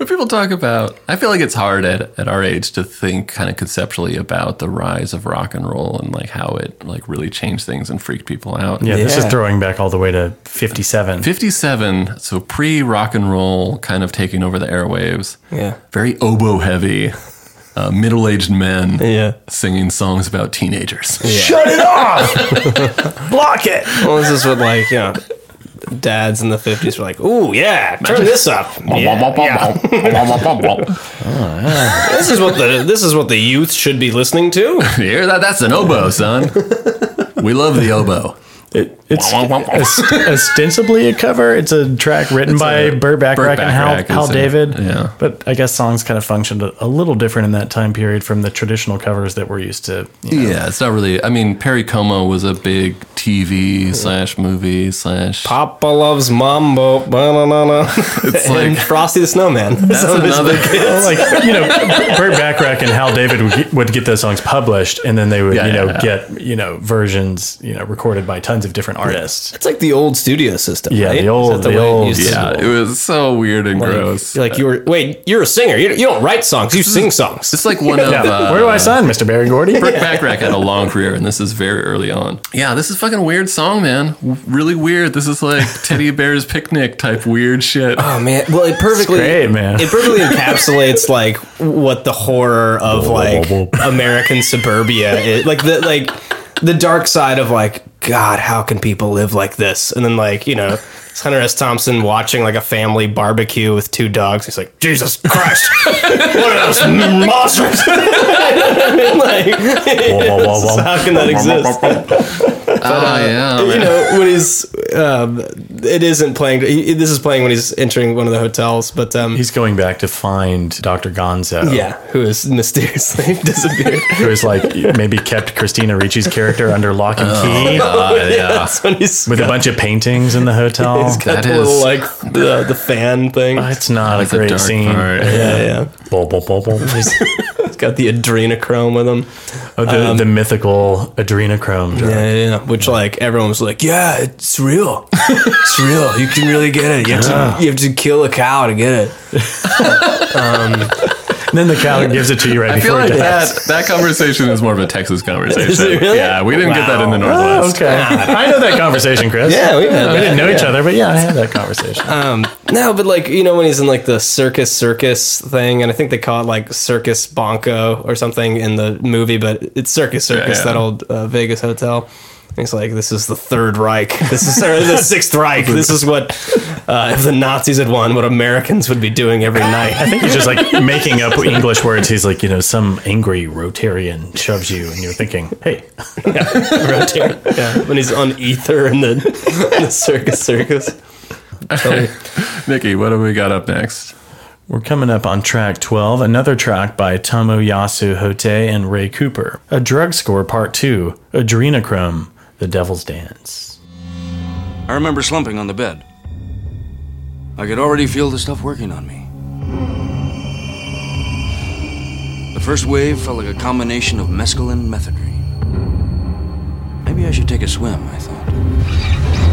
When people talk about, I feel like it's hard at, at our age to think kind of conceptually about the rise of rock and roll and like how it like really changed things and freaked people out. Yeah, this is throwing back all the way to 57. 57, so pre rock and roll kind of taking over the airwaves. Yeah. Very oboe heavy, uh, middle aged men yeah. singing songs about teenagers. Shut it off! Block it! Well, this is what like you know, dads in the fifties were like, "Ooh yeah, turn Magic. this up." Yeah, yeah. this is what the this is what the youth should be listening to. You hear that? That's an oboe, son. we love the oboe. It, it's os- ostensibly a cover. It's a track written It's by a- Burt Bacharach Burt and Hal, Bacharach Hal is a- David. yeah. But I guess songs kind of functioned a, a little different in that time period from the traditional covers that we're used to. you know. Yeah, it's not really. I mean, Perry Como was a big TV slash movie slash. Papa loves mambo, banana, and Frosty the Snowman. That's Some of his another- big hits. like you know, Burt Bacharach and Hal David would get, would get those songs published, and then they would Yeah, you know yeah, yeah. get you know versions you know recorded by tons of different artists. It's like the old studio system. Yeah, right? the old- Is the that way it old- used to- yeah, It was so weird and Like- gross. Uh, Like you were wait, you're a singer. You, you don't write songs. You sing songs. It's like one of Yeah. uh, Where do I sign, Mister Barry Gordy? Brick Backrack had a long career, and this is very early on. Yeah, this is fucking weird song, man. W- Really weird. This is like Teddy Bear's Picnic type weird shit. Oh man! Well, it perfectly great, man. It perfectly encapsulates like what the horror of like American suburbia is, like the like the dark side of like God, how can people live like this? And then like you know, it's Hunter S. Thompson watching like a family barbecue with two dogs. He's like, Jesus Christ, what are those monsters? I mean, like, how can that exist? Oh, yeah. you man. know when he's um, it isn't playing he, this is playing when he's entering one of the hotels but um He's going back to find Doctor Gonzo. yeah who is mysteriously disappeared Who is like maybe kept Christina Ricci's character under lock and Oh, key That's when he's with a bunch of paintings in the hotel? he's got the little like the, the fan thing it's not a That's a great dark scene. part. yeah yeah Bul, bul, bul, bul. he's got the adrenochrome with him Oh, the, um, the mythical adrenochrome. drug. yeah, yeah, yeah. which like everyone was like yeah it's real it's real you can really get it you have, to, you have to kill a cow to get it And then the cow gives it to you right I feel before like it dies. that, that conversation is more of a Texas conversation. Is it really? Yeah, we didn't get that in the Oh, Northwest. okay. I know that conversation, Chris. yeah we We didn't know each other, but yeah, I had that conversation. Um, no, but like you know when he's in like the circus circus thing, and I think they call it like circus bonko or something in the movie, but it's circus circus Yeah, yeah. that old uh, Vegas hotel. And he's like, this is the Third Reich. This is or the Sixth Reich. This is what uh, if the Nazis had won, what Americans would be doing every night. I think he's just like making up English words. He's like, you know, some angry Rotarian shoves you, and you're thinking, hey, yeah, when he's on ether in the, in the circus circus. Nikki, what do we got up next? we're coming up on track 12, another track by Tomoyasu Hote and Ray Cooper. A Drug Score Part 2, Adrenochrome, The Devil's Dance. I remember slumping on the bed. I could already feel the stuff working on me. The first wave felt like a combination of mescaline and methadone. Maybe I should take a swim, I thought.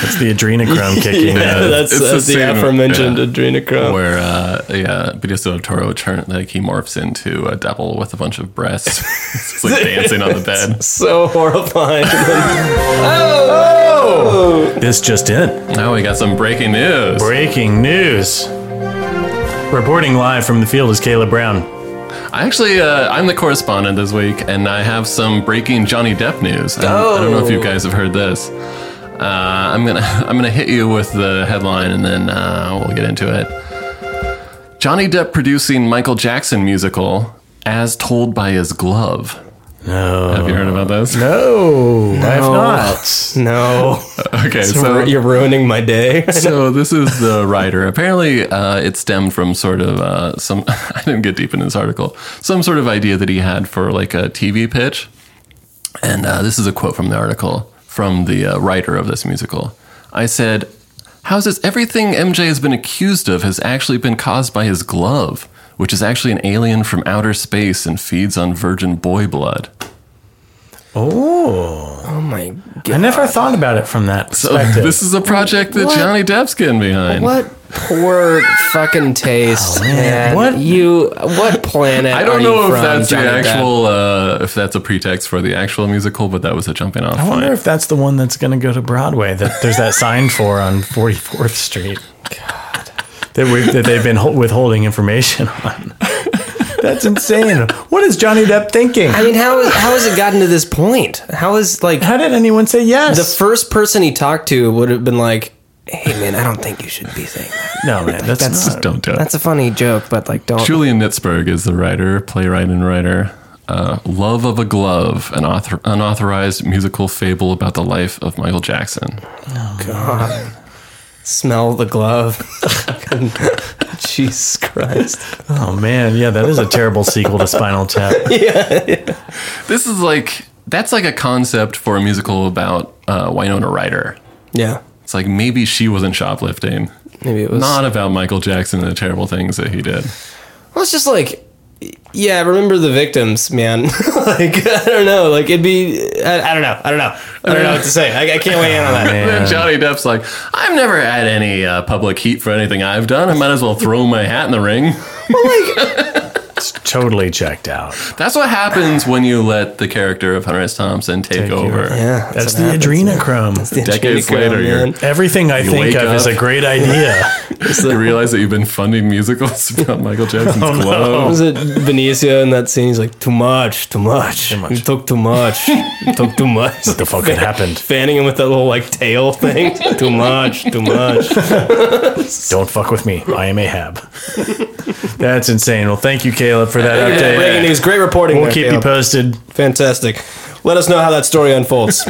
It's the adrenochrome kicking. Yeah, in. that's- it's that's the same, aforementioned adrenochrome. Where, uh, yeah, Benicio del Toro turn like he morphs into a devil with a bunch of breasts. It's just, like dancing on the bed. so horrifying. Oh! Oh! This just in. Now we got some breaking news. Breaking news. Reporting live from the field is Caleb Brown. I actually, uh, I'm the correspondent this week, and I have some breaking Johnny Depp news. I don't, I don't know if you guys have heard this. Uh, I'm gonna, I'm gonna hit you with the headline, and then uh, we'll get into it. Johnny Depp producing Michael Jackson musical, as told by his glove. No. Have you heard about this? No, I have No. not. no, Okay, It's Oh, so ru- you're ruining my day. so this is the writer. Apparently, uh, it stemmed from sort of uh, some. I didn't get deep in this article. Some sort of idea that he had for like a TV pitch, and uh, this is a quote from the article from the uh, writer of this musical. I said, "How's this? Everything MJ has been accused of has actually been caused by his glove, which is actually an alien from outer space and feeds on virgin boy blood." Oh, oh my I god! never thought about it from that So perspective. this is a project that What? Johnny Depp's getting behind. What poor fucking taste, man. man. What- What you? What planet? Oh, I don't are you know if from, that's Johnny the Depp? actual, uh, if that's a pretext for the actual musical, but that was a jumping off I wonder point. if that's the one that's going to go to Broadway that there's that sign for on 44th Street. God. That, we've, that they've been hol- withholding information on. That's insane. What is Johnny Depp thinking? I mean, how how has it gotten to this point? How is like How did anyone say yes? the first person he talked to would have been like, "Hey, man, I don't think you should be saying that. no, man, that's, That's- not. Don't do it. uh, That's a funny joke, but like, don't." Julian Nitzberg is the writer, playwright, and writer. Uh, Love of a Glove, an author- unauthorized musical fable about the life of Michael Jackson. God. Smell the glove. Jesus Christ. Oh, man. Yeah, that is a terrible sequel to Spinal Tap. This is like, that's like a concept for a musical about uh, Winona Ryder. Yeah. It's like maybe she wasn't shoplifting. Maybe it was Not about Michael Jackson and the terrible things that he did. Well, it's just like, yeah, remember the victims, man. like, I don't know. Like, it'd be, I, I don't know. I don't know. I don't know what to say. I, I can't weigh in on that. And then Johnny Depp's like, I've never had any uh, public heat for anything I've done. I might as well throw my hat in the ring. Totally checked out. That's what happens when you let the character of Hunter S. Thompson take, Take you over. over. Yeah. That's what the happens, man. adrenochrome. Decades Adrenochrome, later, you're- man. Everything I think wake of is up. a great idea. You realize that you've been funding musicals about Michael Jackson's oh, Was it Benicio in that scene? He's like, too much, too much. much. You took too much. you took too much. what the fuck had happened? Fanning him with that little like tail thing. too much, too much. Don't fuck with me. I am Ahab. That's insane. Well, thank you, Caleb, for that update. Breaking news. Great reporting. We'll there, keep you Caleb. posted. Fantastic. Let us know how that story unfolds.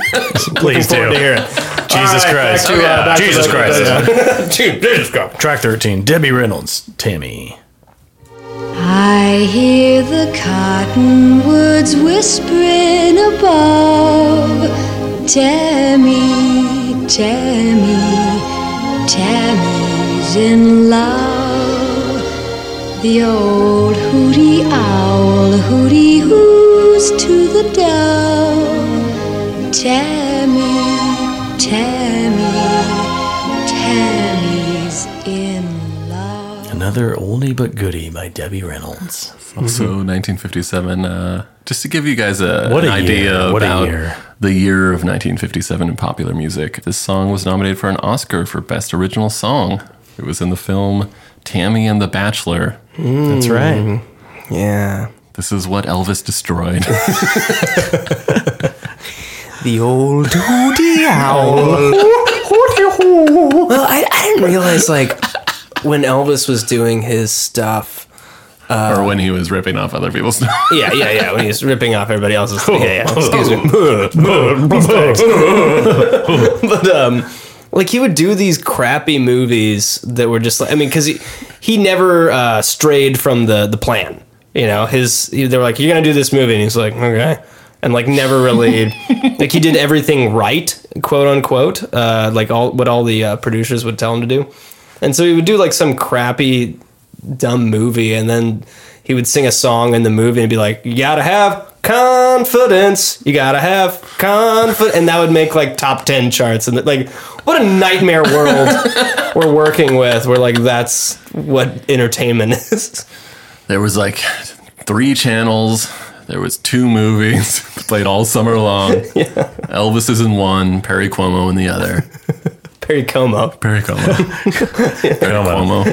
Please do. Forward to hearing. Jesus Christ. to, uh, back to Jesus the- Christ. Dude, there's go. Track 13 Debbie Reynolds, Tammy. I hear the cottonwoods whispering above. Tammy, Tammy, Tammy's in love. The old hooty owl hooty hoos to the dove. Tammy, Tammy, Tammy's in love. Another oldie but goodie by Debbie Reynolds. Also, 1957. Uh, just to give you guys a, What an a idea year. What a about year. the year of 1957 in popular music, this song was nominated for an Oscar for Best Original Song. It was in the film Tammy and the Bachelor. Mm-hmm. That's right. Yeah. This is what Elvis destroyed. The old hooty owl. well, I, I didn't realize, like, when Elvis was doing his stuff. or when he was ripping off other people's stuff. Yeah, yeah, yeah. When he was ripping off everybody else's. Yeah, yeah. Excuse me. but, um, Like he would do these crappy movies that were just like I mean because he he never uh, strayed from the the plan. You know his they were like you're gonna do this movie and he's like okay and like never really like he did everything right quote unquote uh, like all what all the uh, producers would tell him to do and so he would do like some crappy dumb movie and then he would sing a song in the movie and be like you gotta have confidence you gotta have confidence and that would make like top 10 charts and like what a nightmare world we're working with where like that's what entertainment is there was like three channels. There was two movies played all summer long. Elvis is in one, Perry Cuomo in the other. Perry Como. Perry Como. Perry Como.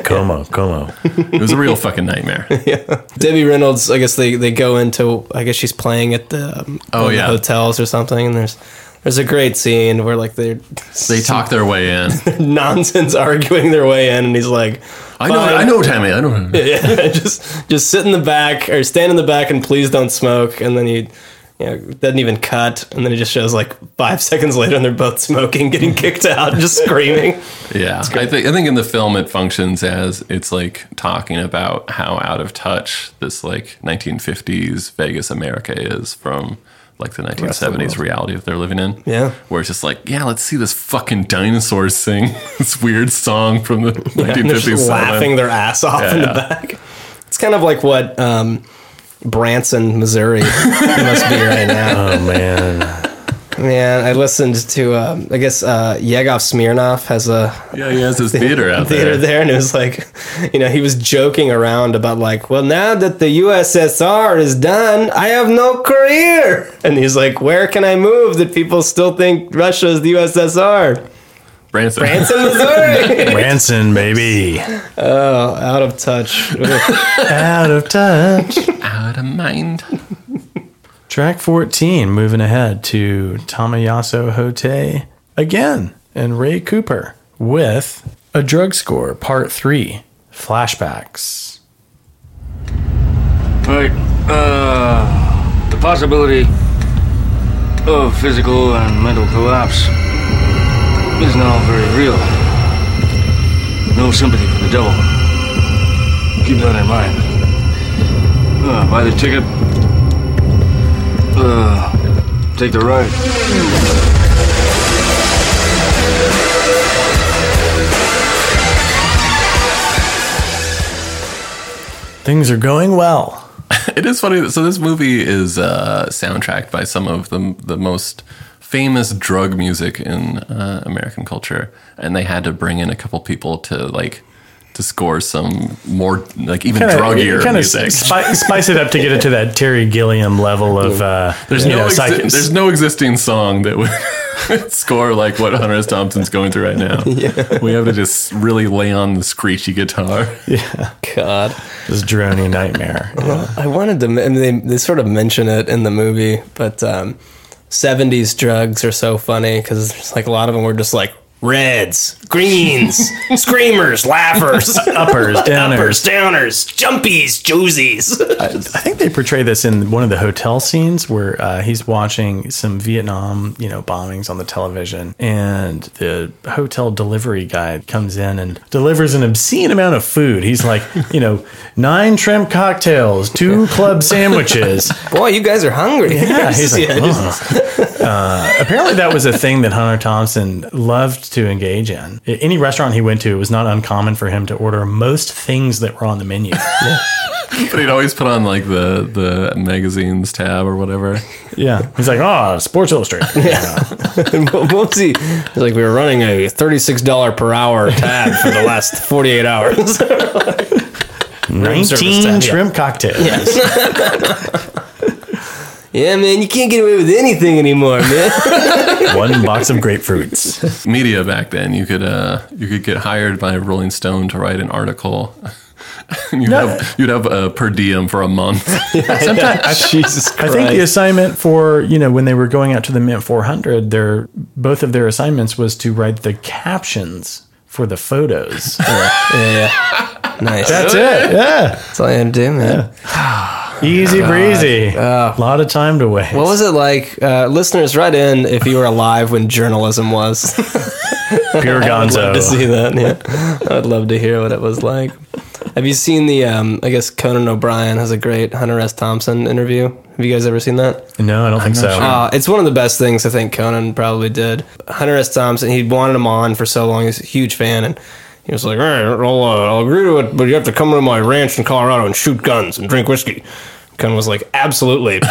Como. Como. It was a real fucking nightmare. yeah. Debbie Reynolds, I guess they, they go into, I guess she's playing at the, um, Oh, one of the yeah. hotels or something. And there's, there's a great scene where like they're They talk their way in. nonsense arguing their way in. And he's like, I know, "Fine." I know, Tammy. I know. Yeah, yeah. just just sit in the back or stand in the back and please don't smoke. And then he you know, doesn't even cut. And then it just shows like five seconds later and they're both smoking, getting kicked out, just screaming. Yeah, I think I think in the film it functions as it's like talking about how out of touch this like 1950s Vegas America is from like the 1970s reality that they're living in. Yeah. where it's just like, yeah, let's see this fucking dinosaur sing this weird song from the Yeah, and they're 1950s. just laughing their ass off Yeah, in the yeah. back. It's kind of like what um, Branson, Missouri must be right now. Oh man. Man, I listened to, um, I guess, uh, Yegov Smirnov has a Yeah, he has his theater out theater there. there, and it was like, you know, he was joking around about like, well, now that the USSR is done, I have no career, and he's like, where can I move that people still think Russia is the USSR? Branson. Branson, Missouri. Branson, baby. oh, out of touch. Oh, Out of touch. out of mind. Track 14, moving ahead to Tamayaso Hote again and Ray Cooper with A Drug Score Part 3 Flashbacks. Right. Uh, the possibility of physical and mental collapse is now very real. No sympathy for the devil. Keep that in mind. Uh, buy the ticket. Uh, take the ride. Things are going well. It is funny. that- So this movie is uh, soundtracked by some of the the most famous drug music in uh, American culture, and they had to bring in a couple people to like to score some more like even druggier kinda music. spi- spice it up to get it to that Terry Gilliam level of uh, There's you no know, exi- psych- there's no existing song that would score like what Hunter S. Thompson's going through right now. We have to just really lay on the screechy guitar. God. this drony nightmare. I wanted to. I mean, they, they sort of mention it in the movie, but um, 70s drugs are so funny because like a lot of them were just like reds, greens, screamers, laughers, Uppers, uppers, downers. downers, jumpies, joesies. I think they portray this in one of the hotel scenes where uh, he's watching some Vietnam, you know, bombings on the television, and the hotel delivery guy comes in and delivers an obscene amount of food. He's like, you know, nine shrimp cocktails, two club sandwiches. Boy, you guys are hungry. Yeah, he's like, Yeah, just- "Ugh." Uh, apparently that was a thing that Hunter Thompson loved to engage in. At any restaurant he went to, it was not uncommon for him to order most things that were on the menu. But he'd always put on like the the magazines tab or whatever. Yeah, he's like, oh, Sports Illustrated. what was he? He's like, we were running a thirty-six dollar per hour tab for the last forty-eight hours. 19 service tab, yeah. shrimp cocktails. yeah, man, you can't get away with anything anymore, man. One box of grapefruits. media back then. You could uh, you could get hired by Rolling Stone to write an article. you'd, have, you'd have a per diem for a month. Jesus I Christ. think the assignment for, you know, when they were going out to the Mint 400, their both of their assignments was to write the captions for the photos. yeah, yeah. Nice. That's it. Yeah. That's all I had to do, man. Easy breezy. A lot of time to waste. Uh, What was it like? Uh, listeners, write in if you were alive when journalism was. Pure I would gonzo. love to see that. Yeah, I would love to hear what it was like. Have you seen the? Um, I guess Conan O'Brien has a great Hunter S. Thompson interview. Have you guys ever seen that? No, I don't think so. Uh, it's one of the best things I think Conan probably did. Hunter S. Thompson, he wanted him on for so long. He's a huge fan, and he was like, "All right, I'll, uh, I'll agree to it, but you have to come to my ranch in Colorado and shoot guns and drink whiskey." Conan was like, "Absolutely."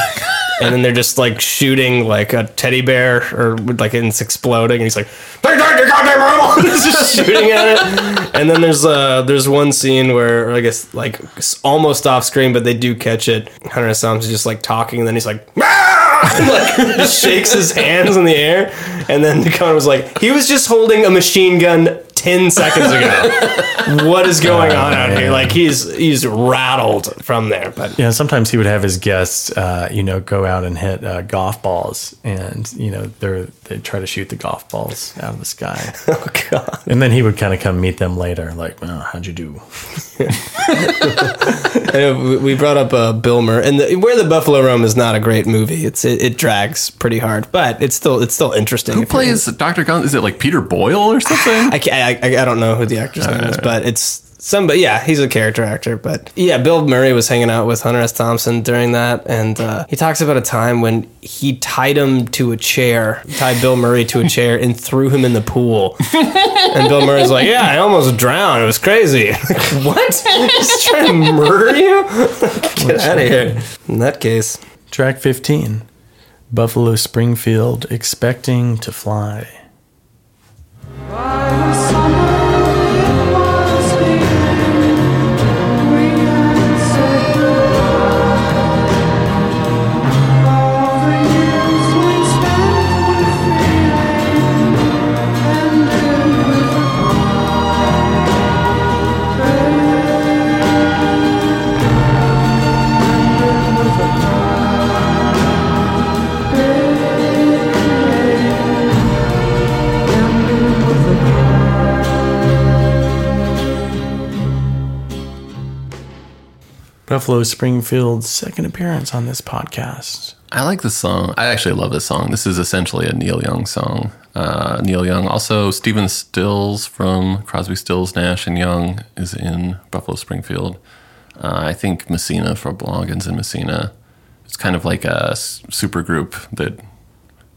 and then they're just like shooting like a teddy bear or like it's exploding, and he's like, "Take that, you goddamn animal!" He's just shooting at it. And then there's uh there's one scene where or I guess like s- almost off screen, but they do catch it. Hunter S. Thompson's just like talking, and then he's like. "Ah!" like just shakes his hands in the air, and then Conan was like, he was just holding a machine gun ten seconds ago. what is going on out here? Like he's he's rattled from there. But Yeah, sometimes he would have his guests, uh, you know, go out and hit uh, golf balls, and you know they're they try to shoot the golf balls out of the sky. oh god! And then he would kind of come meet them later, like, "Well, how'd you do?" And we- we brought up uh, Bill Murray, and the, where the Buffalo Roam is not a great movie. It's it, it drags pretty hard, but it's still it's still interesting. Who if you're- plays Dr. Gonzo? Is it like Peter Boyle or something? I, ca- I, I I don't know who the actor's name is, but it's somebody. Yeah, he's a character actor. But yeah, Bill Murray was hanging out with Hunter S. Thompson during that, and uh, he talks about a time when he tied him to a chair, tied Bill Murray to a chair, and threw him in the pool. And Bill Murray's like, "Yeah, I almost drowned. It was crazy. Like, what? He's trying to murder you? Get out of here." In that case, Track fifteen, Buffalo Springfield, expecting to fly. Buffalo Springfield's second appearance on this podcast. I like this song. I actually love this song. This is essentially a Neil Young song. Uh, Neil Young, also Stephen Stills from Crosby, Stills, Nash and Young is in Buffalo Springfield. Uh, I think Messina for Bloggins and Messina. It's kind of like a s- super group that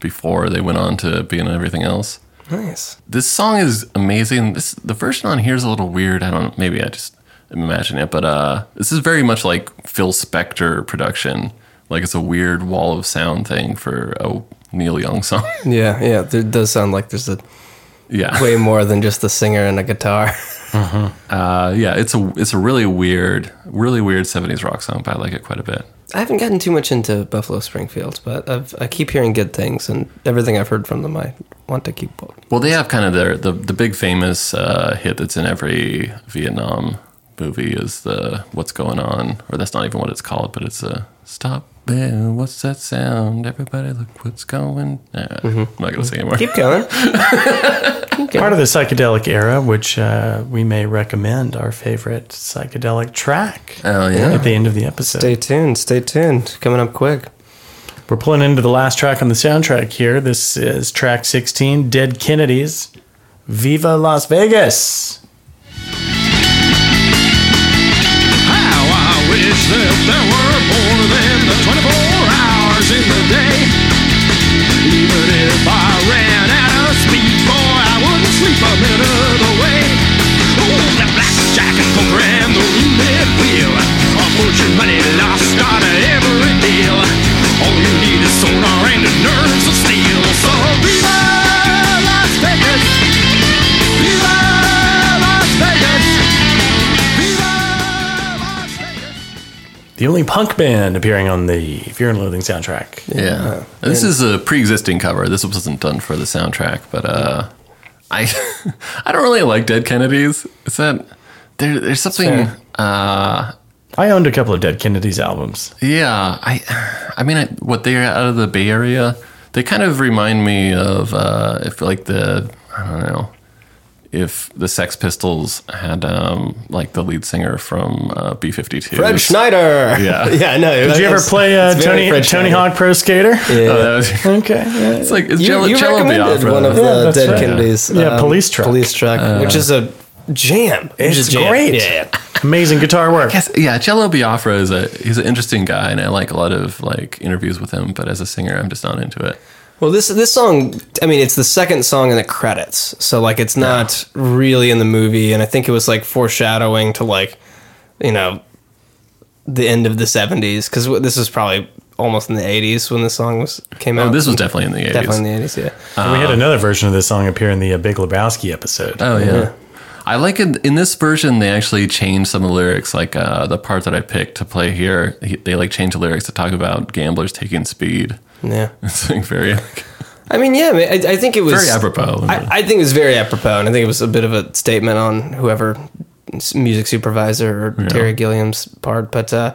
before they went on to be in everything else. nice. This song is amazing. This the version on here is a little weird. I don't. Maybe I just imagine it, but uh, this is very much like Phil Spector production. Like it's a weird wall of sound thing for a Neil Young song. Yeah, yeah. There does sound like there's a yeah, way more than just the singer and a guitar. uh, yeah. It's a it's a really weird, really weird '70s rock song. But I like it quite a bit. I haven't gotten too much into Buffalo Springfield, but I've, I keep hearing good things, and everything I've heard from them, I want to keep. Well, they have kind of their the the big famous uh, hit that's in every Vietnam movie is the "What's Going On," or that's not even what it's called, but it's a "Stop There, What's That Sound? Everybody Look What's Going." Nah, I'm not gonna say anymore. Keep going. Part of the psychedelic era, which uh, we may recommend our favorite psychedelic track Oh yeah, at the end of the episode. Stay tuned. Stay tuned. Coming up quick. We're pulling into the last track on the soundtrack here. This is track 16, Dead Kennedys, Viva Las Vegas. How I wish that there were more than the 24 hours in the day. Even if I ran out of speed, boy, I wouldn't sleep a minute of the way. Oh, the blackjack and poker and the roulette wheel. A fortune money lost on every deal. All you need is sonar and the nerves of steel. So viva Las Vegas! Viva Las Vegas! The only punk band appearing on the Fear and Loathing soundtrack. yeah. this is a pre-existing cover. This wasn't done for the soundtrack, but uh, I I don't really like Dead Kennedys. Is that there, there's something. Fair. Uh, I owned a couple of Dead Kennedys albums. Yeah, I, I mean, I, what they're out of the Bay Area, they kind of remind me of uh, if like the I don't know, if the Sex Pistols had um, like the lead singer from uh, B52. Fred Schneider. Yeah, yeah, no. Did you ever play uh, Tony Tony Hawk Pro Skater? Yeah. Oh, that was- Okay. yeah. it's like it's You, Jello, you Jello recommended Biafra. one of the Yeah, that's Dead right. Kennedys. um, Yeah, Police Truck. Uh, Police Truck, which is a jam. Which It's is jam. great. Yeah, yeah. Amazing guitar work. Yes, yeah, Cello Biafra is a he's an interesting guy, and I like a lot of like interviews with him. But as a singer, I'm just not into it. Well, this this song, I mean, it's the second song in the credits, so like it's not really in the movie, and I think it was like foreshadowing to like, you know, the end of the '70s because this is probably almost in the '80s when this song was came out. Oh, this was definitely in the 80s. definitely in the '80s, yeah. And we had another version of this song appear in the uh, Big Lebowski episode. Oh yeah. I like it in this version. They actually changed some of the lyrics, like uh, the part that I picked to play here. he- They like changed the lyrics to talk about gamblers taking speed. yeah. It's like very, like, I mean, yeah, I, mean, I, I think it was very apropos. I, I think it was very apropos, and I think it was a bit of a statement on whoever music supervisor or Terry Gilliam's part. But uh,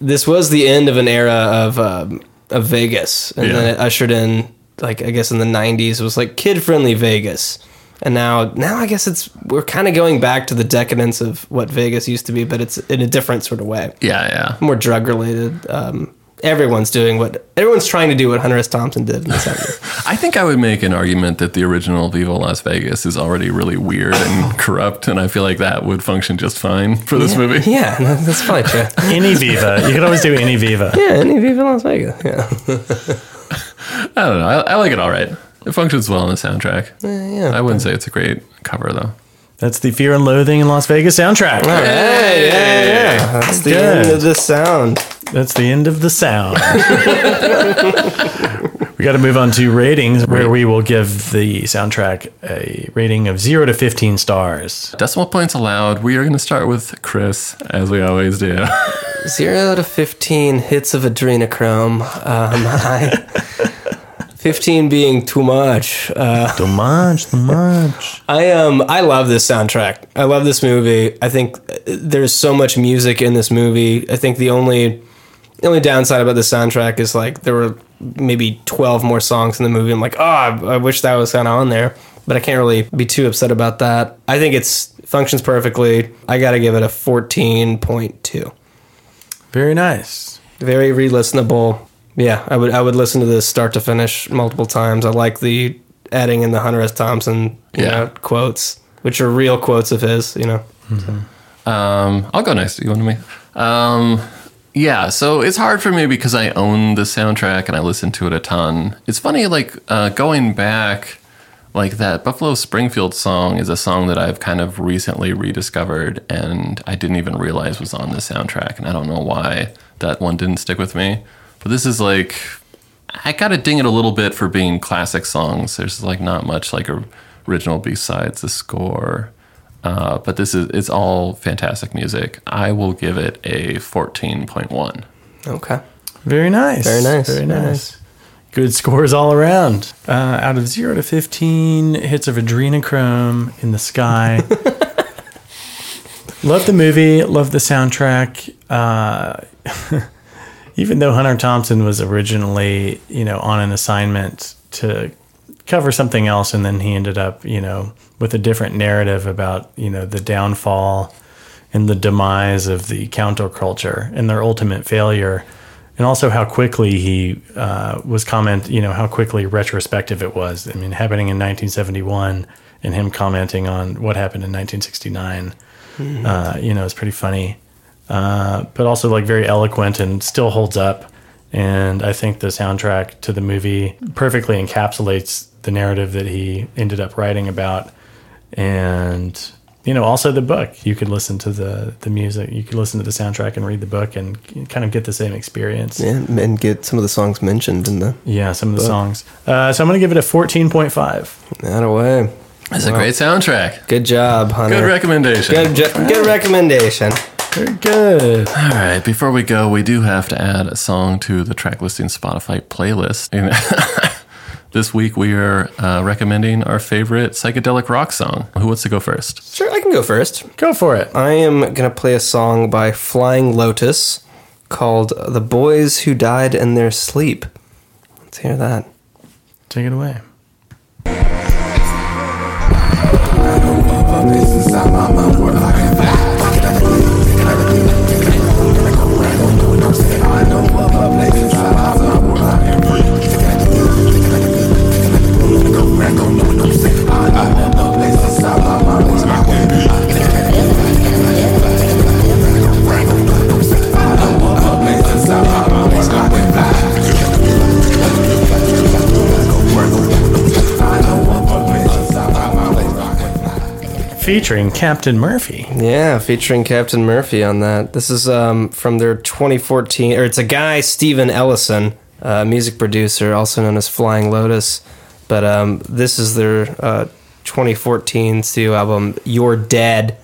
this was the end of an era of um, of Vegas, and Yeah. then it ushered in, like I guess in the '90s, it was like kid friendly Vegas, and now now I guess it's we're kind of going back to the decadence of what Vegas used to be, but it's in a different sort of way, yeah, yeah. more drug related. Um, everyone's doing what everyone's trying to do what Hunter S. Thompson did. In the 70s. I think I would make an argument that the original Viva Las Vegas is already really weird and corrupt, and I feel like that would function just fine for this movie. yeah, that's probably true. Any Viva. You could always do Any Viva. Yeah, any of you in Las Vegas. Yeah, I don't know. I, I like it all right. It functions well on the soundtrack. Uh, yeah. I wouldn't say it's a great cover though. That's the Fear and Loathing in Las Vegas soundtrack. Hey, yeah, yeah. That's the Good. end of the sound. That's the end of the sound. we got to move on to ratings, where we will give the soundtrack a rating of zero to 15 stars. Decimal points allowed. We are going to start with Chris, as we always do. Zero to fifteen hits of adrenochrome. Um, I, fifteen being too much. Uh, Too much, too much. I um, I love this soundtrack. I love this movie. I think uh, there's so much music in this movie. I think the only the only downside about the soundtrack is like there were maybe 12 more songs in the movie. I'm like, oh, I, I wish that was kind of on there, but I can't really be too upset about that. I think it's functions perfectly. I got to give it a 14.2. Very nice. Very re-listenable. Yeah, I would I would listen to this start to finish multiple times. I like the adding in the Hunter S. Thompson you Yeah. know, quotes, which are real quotes of his. You know, Um, I'll go next. You want me? Um, yeah. So it's hard for me because I own the soundtrack and I listen to it a ton. It's funny, like uh, going back, like that Buffalo Springfield song is a song that I've kind of recently rediscovered, and I didn't even realize was on the soundtrack, and I don't know why that one didn't stick with me. But this is like I gotta ding it a little bit for being classic songs. There's like not much like or- original B sides, the score, uh, but this is it's all fantastic music. I will give it a fourteen point one. okay. Very nice. Very nice. Very Very nice. Good scores all around. Uh, out of zero to 15 hits of adrenochrome in the sky. love the movie. Love the soundtrack. Uh, even though Hunter Thompson was originally, you know, on an assignment to cover something else, and then he ended up, you know, with a different narrative about, you know, the downfall and the demise of the counterculture and their ultimate failure, and also how quickly he uh, was comment, you know, how quickly retrospective it was. I mean, happening in 1971, and him commenting on what happened in 1969, uh, you know, is pretty funny uh, but also like very eloquent and still holds up. And I think the soundtrack to the movie perfectly encapsulates the narrative that he ended up writing about. And you know, also the book. You could listen to the the music. You could listen to the soundtrack and read the book and kind of get the same experience. Yeah, And, and get some of the songs mentioned in the some of the songs. Uh, so I'm going to give it a 14.5. that away. It's a great soundtrack. Good job, Hunter. Good recommendation. Good, jo- good recommendation. Very good. All right, before we go, we do have to add a song to the track listing Spotify playlist. And this week we are uh, recommending our favorite psychedelic rock song. Who wants to go first? Sure, I can go first. Go for it. I am gonna play a song by Flying Lotus called "The Boys Who Died in Their Sleep." Let's hear that. Take it away. Who Featuring Captain Murphy. Yeah, featuring Captain Murphy on that. This is um, from their 2014, or it's a guy, Steven Ellison, uh, music producer, also known as Flying Lotus. But um, this is their uh, 2014 studio album, You're Dead.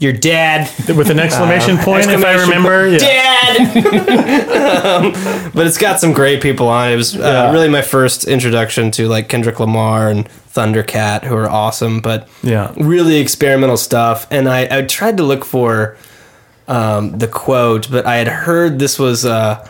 You're dead. With an exclamation point, if I remember, yeah. Dead. um, but it's got some great people on it. It was uh, Yeah. really my first introduction to like Kendrick Lamar and Thundercat, who are awesome. But Yeah. really experimental stuff. And I, I tried to look for um, the quote, but I had heard this was uh,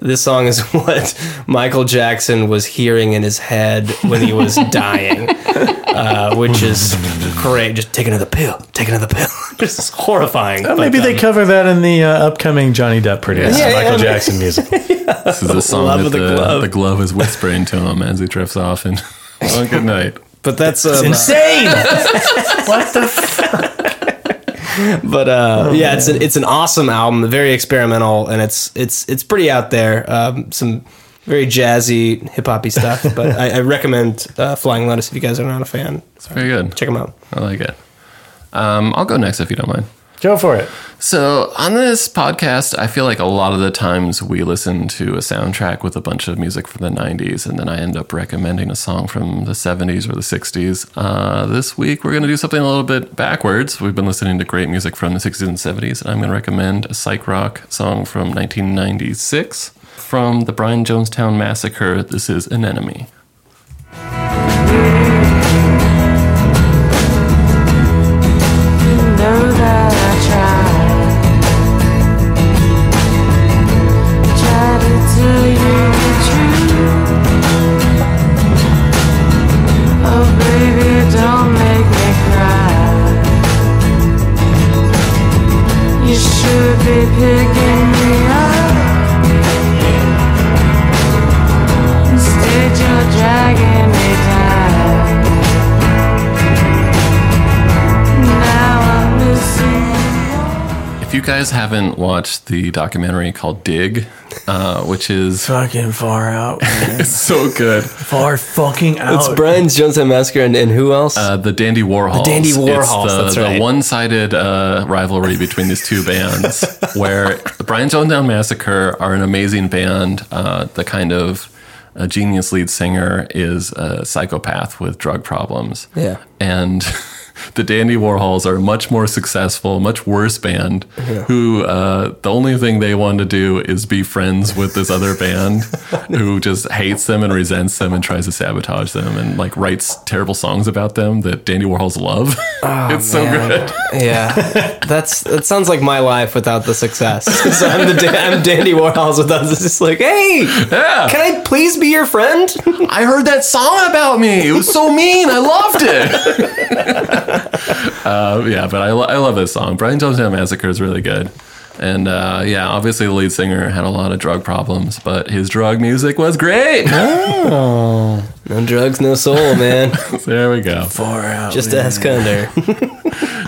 this song is what Michael Jackson was hearing in his head when he was dying, uh, which is great. Just take another pill, take another pill. Just horrifying. Oh, but, maybe they um, cover that in the uh, upcoming Johnny Depp produced Yeah. Yeah, Michael yeah. Jackson music. This is a song Love that of the the, the, glove. glove. is whispering to him as he drifts off. And well, good night. But that's um, Insane. what the? F- but uh, yeah, it's an, it's an awesome album, very experimental, and it's it's it's pretty out there. Um, some very jazzy, hip hoppy stuff. But I, I recommend uh, Flying Lotus if you guys are not a fan. It's very good. Check them out. I like it. Um, I'll go next if you don't mind. Go for it. So, on this podcast, I feel like a lot of the times we listen to a soundtrack with a bunch of music from the 90s, and then I end up recommending a song from the 70s or the 60s. Uh, this week, we're going to do something a little bit backwards. We've been listening to great music from the 60s and 70s, and I'm going to recommend a psych rock song from 1996 from the Brian Jonestown Massacre. This is An Enemy. know that I tried. Tried to tell you the truth. Oh, baby, don't make me cry. You should be picking me up. Instead, you're dragging me down. Now I'm missing. If you guys haven't watched the documentary called Dig, uh, which is Fucking far out. it's so good. Far fucking out. It's Brian's Jonestown Massacre and, and who else? Uh, the Dandy Warhols. The Dandy It's Warhols, that's The right. one-sided uh, rivalry between these two bands, where the Brian Jonestown Massacre are an amazing band. Uh, the kind of uh genius lead singer is a psychopath with drug problems. Yeah. and. The Dandy Warhols are a much more successful, much worse band. Who uh, the only thing they want to do is be friends with this other band, who just hates them and resents them and tries to sabotage them and like writes terrible songs about them that Dandy Warhols love. it's so good. yeah, that's that sounds like my life without the success. so I'm the da- I'm Dandy Warhols without this. It's like, hey, can I please be your friend? I heard that song about me. It was so mean. I loved it. uh, yeah, but I, lo- I love this song. Brian Jonestown Massacre is really good. And uh, yeah, obviously the lead singer had a lot of drug problems, but his drug music was great. no drugs, no soul, man. there we go. far out. Just ask under.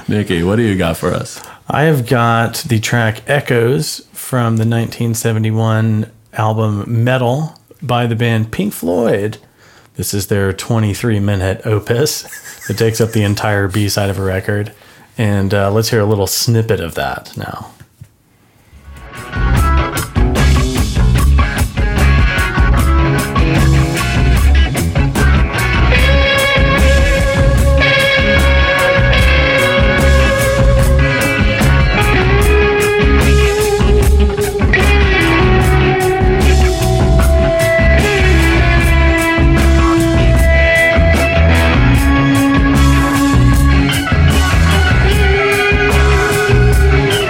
Nikki, what do you got for us? I have got the track Echoes from the 1971 album Metal by the band Pink Floyd. This is their 23 minute opus that takes up the entire B side of a record. And uh, let's hear a little snippet of that now.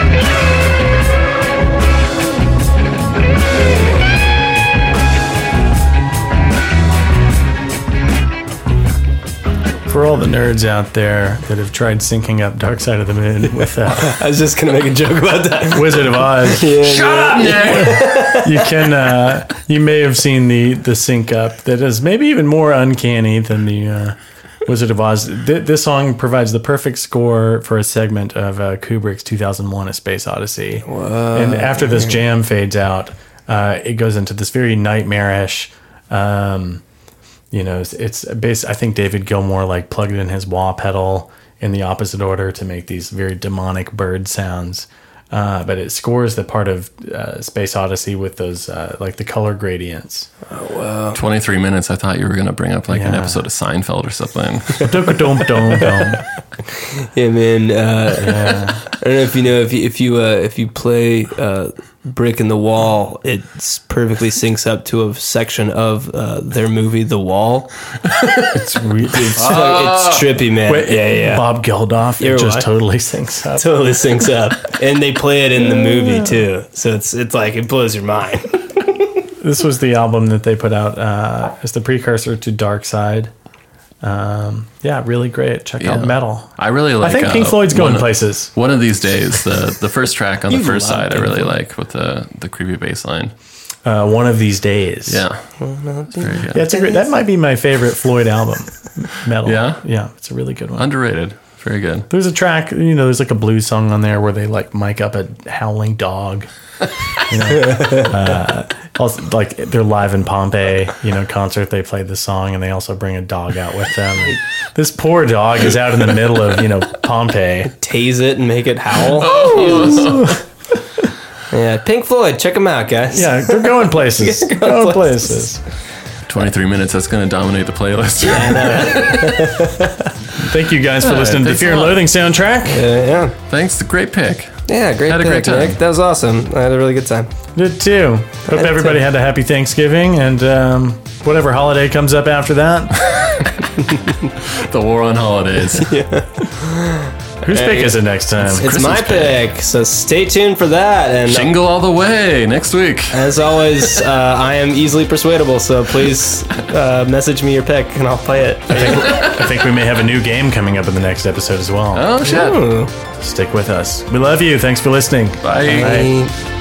Thank For all the nerds out there that have tried syncing up Dark Side of the Moon with uh, I was just gonna make a joke about that. Wizard of Oz, Shut you can uh, you may have seen the the sync up that is maybe even more uncanny than the uh, Wizard of Oz. Th- this song provides the perfect score for a segment of uh, Kubrick's 2001: A Space Odyssey. And after this jam fades out, uh, it goes into this very nightmarish. Um, you know, it's, it's based. I think David Gilmour like plugged in his wah pedal in the opposite order to make these very demonic bird sounds. Uh, but it scores the part of uh, Space Odyssey with those uh, like the color gradients. 23 minutes. I thought you were going to bring up like an Yeah. episode of Seinfeld or something. Dum-dum-dum-dum. Yeah, man. Uh, I don't know if you know if you if you, uh, if you play uh, brick in the wall, it perfectly syncs up to a section of uh, their movie The Wall. it's re- it's, It's, Ah. like- it's trippy, man. Wait, yeah, yeah. Bob Geldof. You're it just right. totally syncs up. Totally syncs up, and they play it in the movie too. So it's it's like it blows your mind. this was the album that they put out uh, as the precursor to Dark Side. Um, yeah, really great. Check Yeah. out metal. I really like. I think uh, Pink Floyd's going one of- places. One of these days, the the first track on the You first love side, I Pink really Floyd. like with the the creepy bass line. Uh, one of these days. Yeah, It's very good. Yeah, it's a great, that might be my favorite Floyd album. Metal. Yeah? Yeah, it's a really good one. underrated. Very good. There's a track, you know, there's like a blues song on there where they like mic up a howling dog. You know? Uh, also, like they're live in Pompeii, you know, concert. They played this song and they also bring a dog out with them. And this poor dog is out in the middle of, you know, Pompeii. Tase it and make it howl. Oh. Yeah, Pink Floyd, check them out, guys. Yeah, they're going places. going places. 23 minutes. That's going to dominate the playlist. Thank you guys for listening to the thanks Fear a and lot. Loathing soundtrack. Uh, yeah, Thanks. The great pick. yeah. Great, Had a great pick, Nick. time. That was awesome. I had a really good time. Did too. Hope did everybody too. had a happy Thanksgiving and um, whatever holiday comes up after that. The war on holidays. Whose pick is it next time? It's Christmas my pick, so stay tuned for that. And Jingle all the way next week. as always, uh, I am easily persuadable, so please uh, message me your pick and I'll play it. I think we may have a new game coming up in the next episode as well. Oh shit. Ooh. Stick with us. We love you. Thanks for listening. Bye. Bye. Bye.